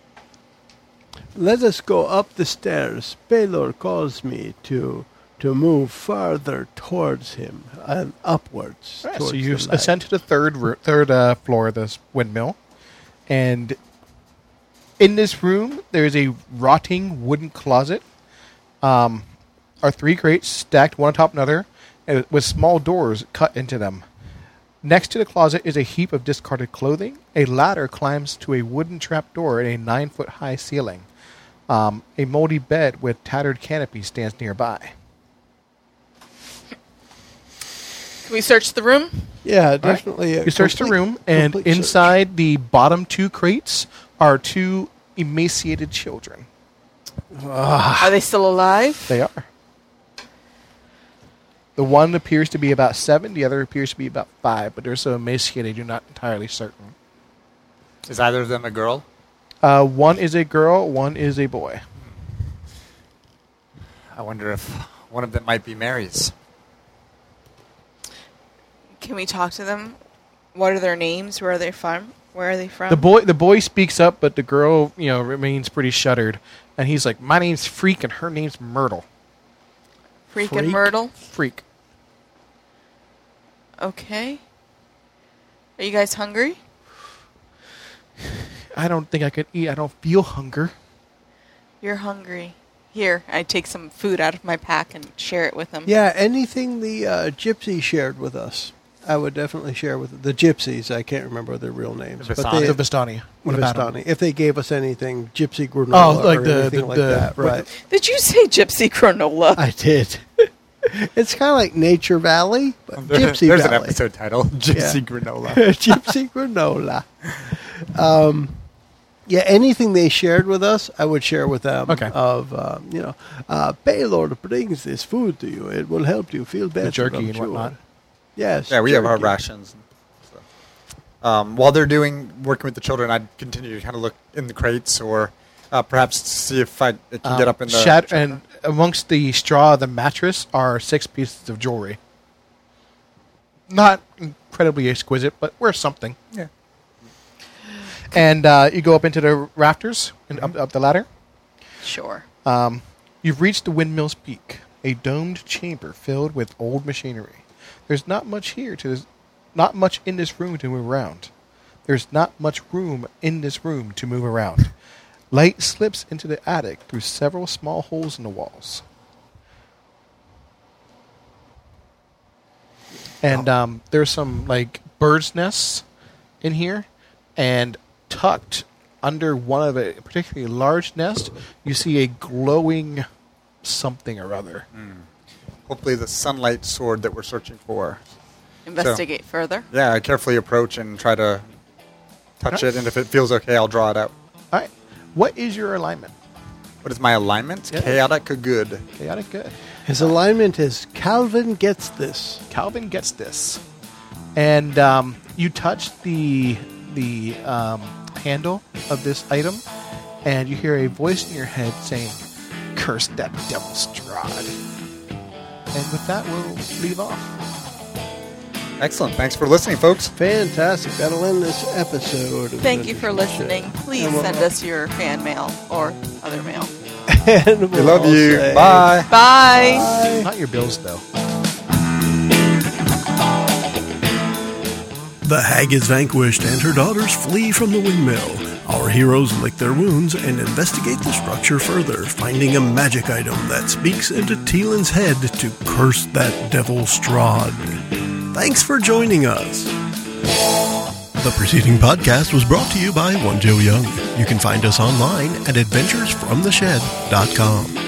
[SPEAKER 2] uh. Let us go up the stairs. Baylor calls me to to move farther towards him and upwards.
[SPEAKER 5] All right,
[SPEAKER 2] towards
[SPEAKER 5] so you
[SPEAKER 2] the light.
[SPEAKER 5] ascend to the third roo- third uh, floor of this windmill, and in this room there is a rotting wooden closet. Um, are three crates stacked one on top of another, and with small doors cut into them. Next to the closet is a heap of discarded clothing. A ladder climbs to a wooden trapdoor in a nine foot high ceiling. Um, a moldy bed with tattered canopy stands nearby.
[SPEAKER 3] Can we search the room?
[SPEAKER 2] Yeah, definitely. a
[SPEAKER 5] You search the
[SPEAKER 2] complete-
[SPEAKER 5] room, and
[SPEAKER 2] complete search.
[SPEAKER 5] inside the bottom two crates are two emaciated children.
[SPEAKER 3] Are they still alive?
[SPEAKER 5] They are. The one appears to be about seven, the other appears to be about five, but they're so emaciated you're not entirely certain.
[SPEAKER 4] is either of them a girl?
[SPEAKER 5] Uh, one is a girl, one is a boy.
[SPEAKER 4] I wonder if one of them might be Mary's.
[SPEAKER 3] Can we talk to them? What are their names? Where are they from? Where are they from?
[SPEAKER 5] The boy, the boy speaks up, but the girl, you know, remains pretty shuttered, and he's like, "My name's Freak, and her name's Myrtle."
[SPEAKER 3] Freak,
[SPEAKER 5] Freak.
[SPEAKER 3] and Myrtle.
[SPEAKER 5] Freak.
[SPEAKER 3] Okay. Are you guys hungry?
[SPEAKER 5] I don't think I could eat. I don't feel hunger.
[SPEAKER 3] You're hungry. Here, I take some food out of my pack and share it with them.
[SPEAKER 2] Yeah, anything the uh, gypsy shared with us, I would definitely share with the gypsies. I can't remember their real names,
[SPEAKER 4] The
[SPEAKER 2] but
[SPEAKER 4] Vistani.
[SPEAKER 2] they,
[SPEAKER 5] The Vistani. What about 'em?
[SPEAKER 2] Vistani. If they gave us anything, gypsy granola
[SPEAKER 5] Oh, like
[SPEAKER 2] or
[SPEAKER 5] the-
[SPEAKER 2] anything
[SPEAKER 5] the-
[SPEAKER 2] like
[SPEAKER 5] the-
[SPEAKER 2] that,
[SPEAKER 5] what-
[SPEAKER 2] right?
[SPEAKER 3] Did you say gypsy granola?
[SPEAKER 2] I did. it's kind of like Nature Valley, but Gypsy
[SPEAKER 4] There's
[SPEAKER 2] Valley.
[SPEAKER 4] an episode title: Gypsy
[SPEAKER 2] Yeah.
[SPEAKER 4] Granola.
[SPEAKER 2] gypsy granola. Um, yeah, anything they shared with us, I would share with them.
[SPEAKER 5] Okay.
[SPEAKER 2] Of um, you know, uh, Baylord brings this food to you. It will help you feel better.
[SPEAKER 5] jerky
[SPEAKER 2] I'm
[SPEAKER 5] and
[SPEAKER 2] sure.
[SPEAKER 5] whatnot.
[SPEAKER 2] Yes.
[SPEAKER 4] Yeah, we have our
[SPEAKER 2] jerky.
[SPEAKER 4] rations. So. Um, while they're doing working with the children, I'd continue to kind of look in the crates or uh, perhaps see if I it can
[SPEAKER 5] Um,
[SPEAKER 4] get up in the.
[SPEAKER 5] shat- and amongst the straw of the mattress are six pieces of jewelry. Not incredibly exquisite, but worth something.
[SPEAKER 4] Yeah.
[SPEAKER 5] And uh, you go up into the rafters and up, up the ladder.
[SPEAKER 3] Sure.
[SPEAKER 5] Um, you've reached the windmill's peak, a domed chamber filled with old machinery. There's not much here to, not much in this room to move around. There's not much room in this room to move around. Light slips into the attic through several small holes in the walls. And um, there's some like birds' nests in here, and tucked under one of a particularly large nest, you see a glowing something or other.
[SPEAKER 4] Hopefully, the sunlight sword that we're searching for.
[SPEAKER 3] Investigate further.
[SPEAKER 4] Yeah, I carefully approach and try to touch it, and if it feels okay, I'll draw it out.
[SPEAKER 5] All right, what is your alignment?
[SPEAKER 4] What is my alignment?
[SPEAKER 5] Yeah.
[SPEAKER 4] Chaotic or good?
[SPEAKER 5] Chaotic good.
[SPEAKER 2] His alignment is Calvin gets this.
[SPEAKER 5] Calvin gets this, and um, you touch the the um, handle of this item, and you hear a voice in your head saying, "Curse that devil, Strahd." And with that, we'll leave off.
[SPEAKER 4] Excellent. Thanks for listening, folks.
[SPEAKER 9] Fantastic. That'll end this episode. of
[SPEAKER 3] Thank you for
[SPEAKER 9] Adventures in the
[SPEAKER 3] listening. Please
[SPEAKER 9] And we'll-
[SPEAKER 3] send us your fan mail or other mail.
[SPEAKER 9] Shed. And
[SPEAKER 4] We love
[SPEAKER 9] we'll
[SPEAKER 4] you.
[SPEAKER 9] say-
[SPEAKER 4] Bye.
[SPEAKER 3] Bye.
[SPEAKER 5] Not your bills, though.
[SPEAKER 2] The hag is vanquished and her daughters flee from the windmill. Our heroes lick their wounds and investigate the structure further, finding a magic item that speaks into Teelan's head to curse that devil Strahd. Thanks for joining us. The preceding podcast was brought to you by One Joe Young. You can find us online at adventuresfromtheshed.com.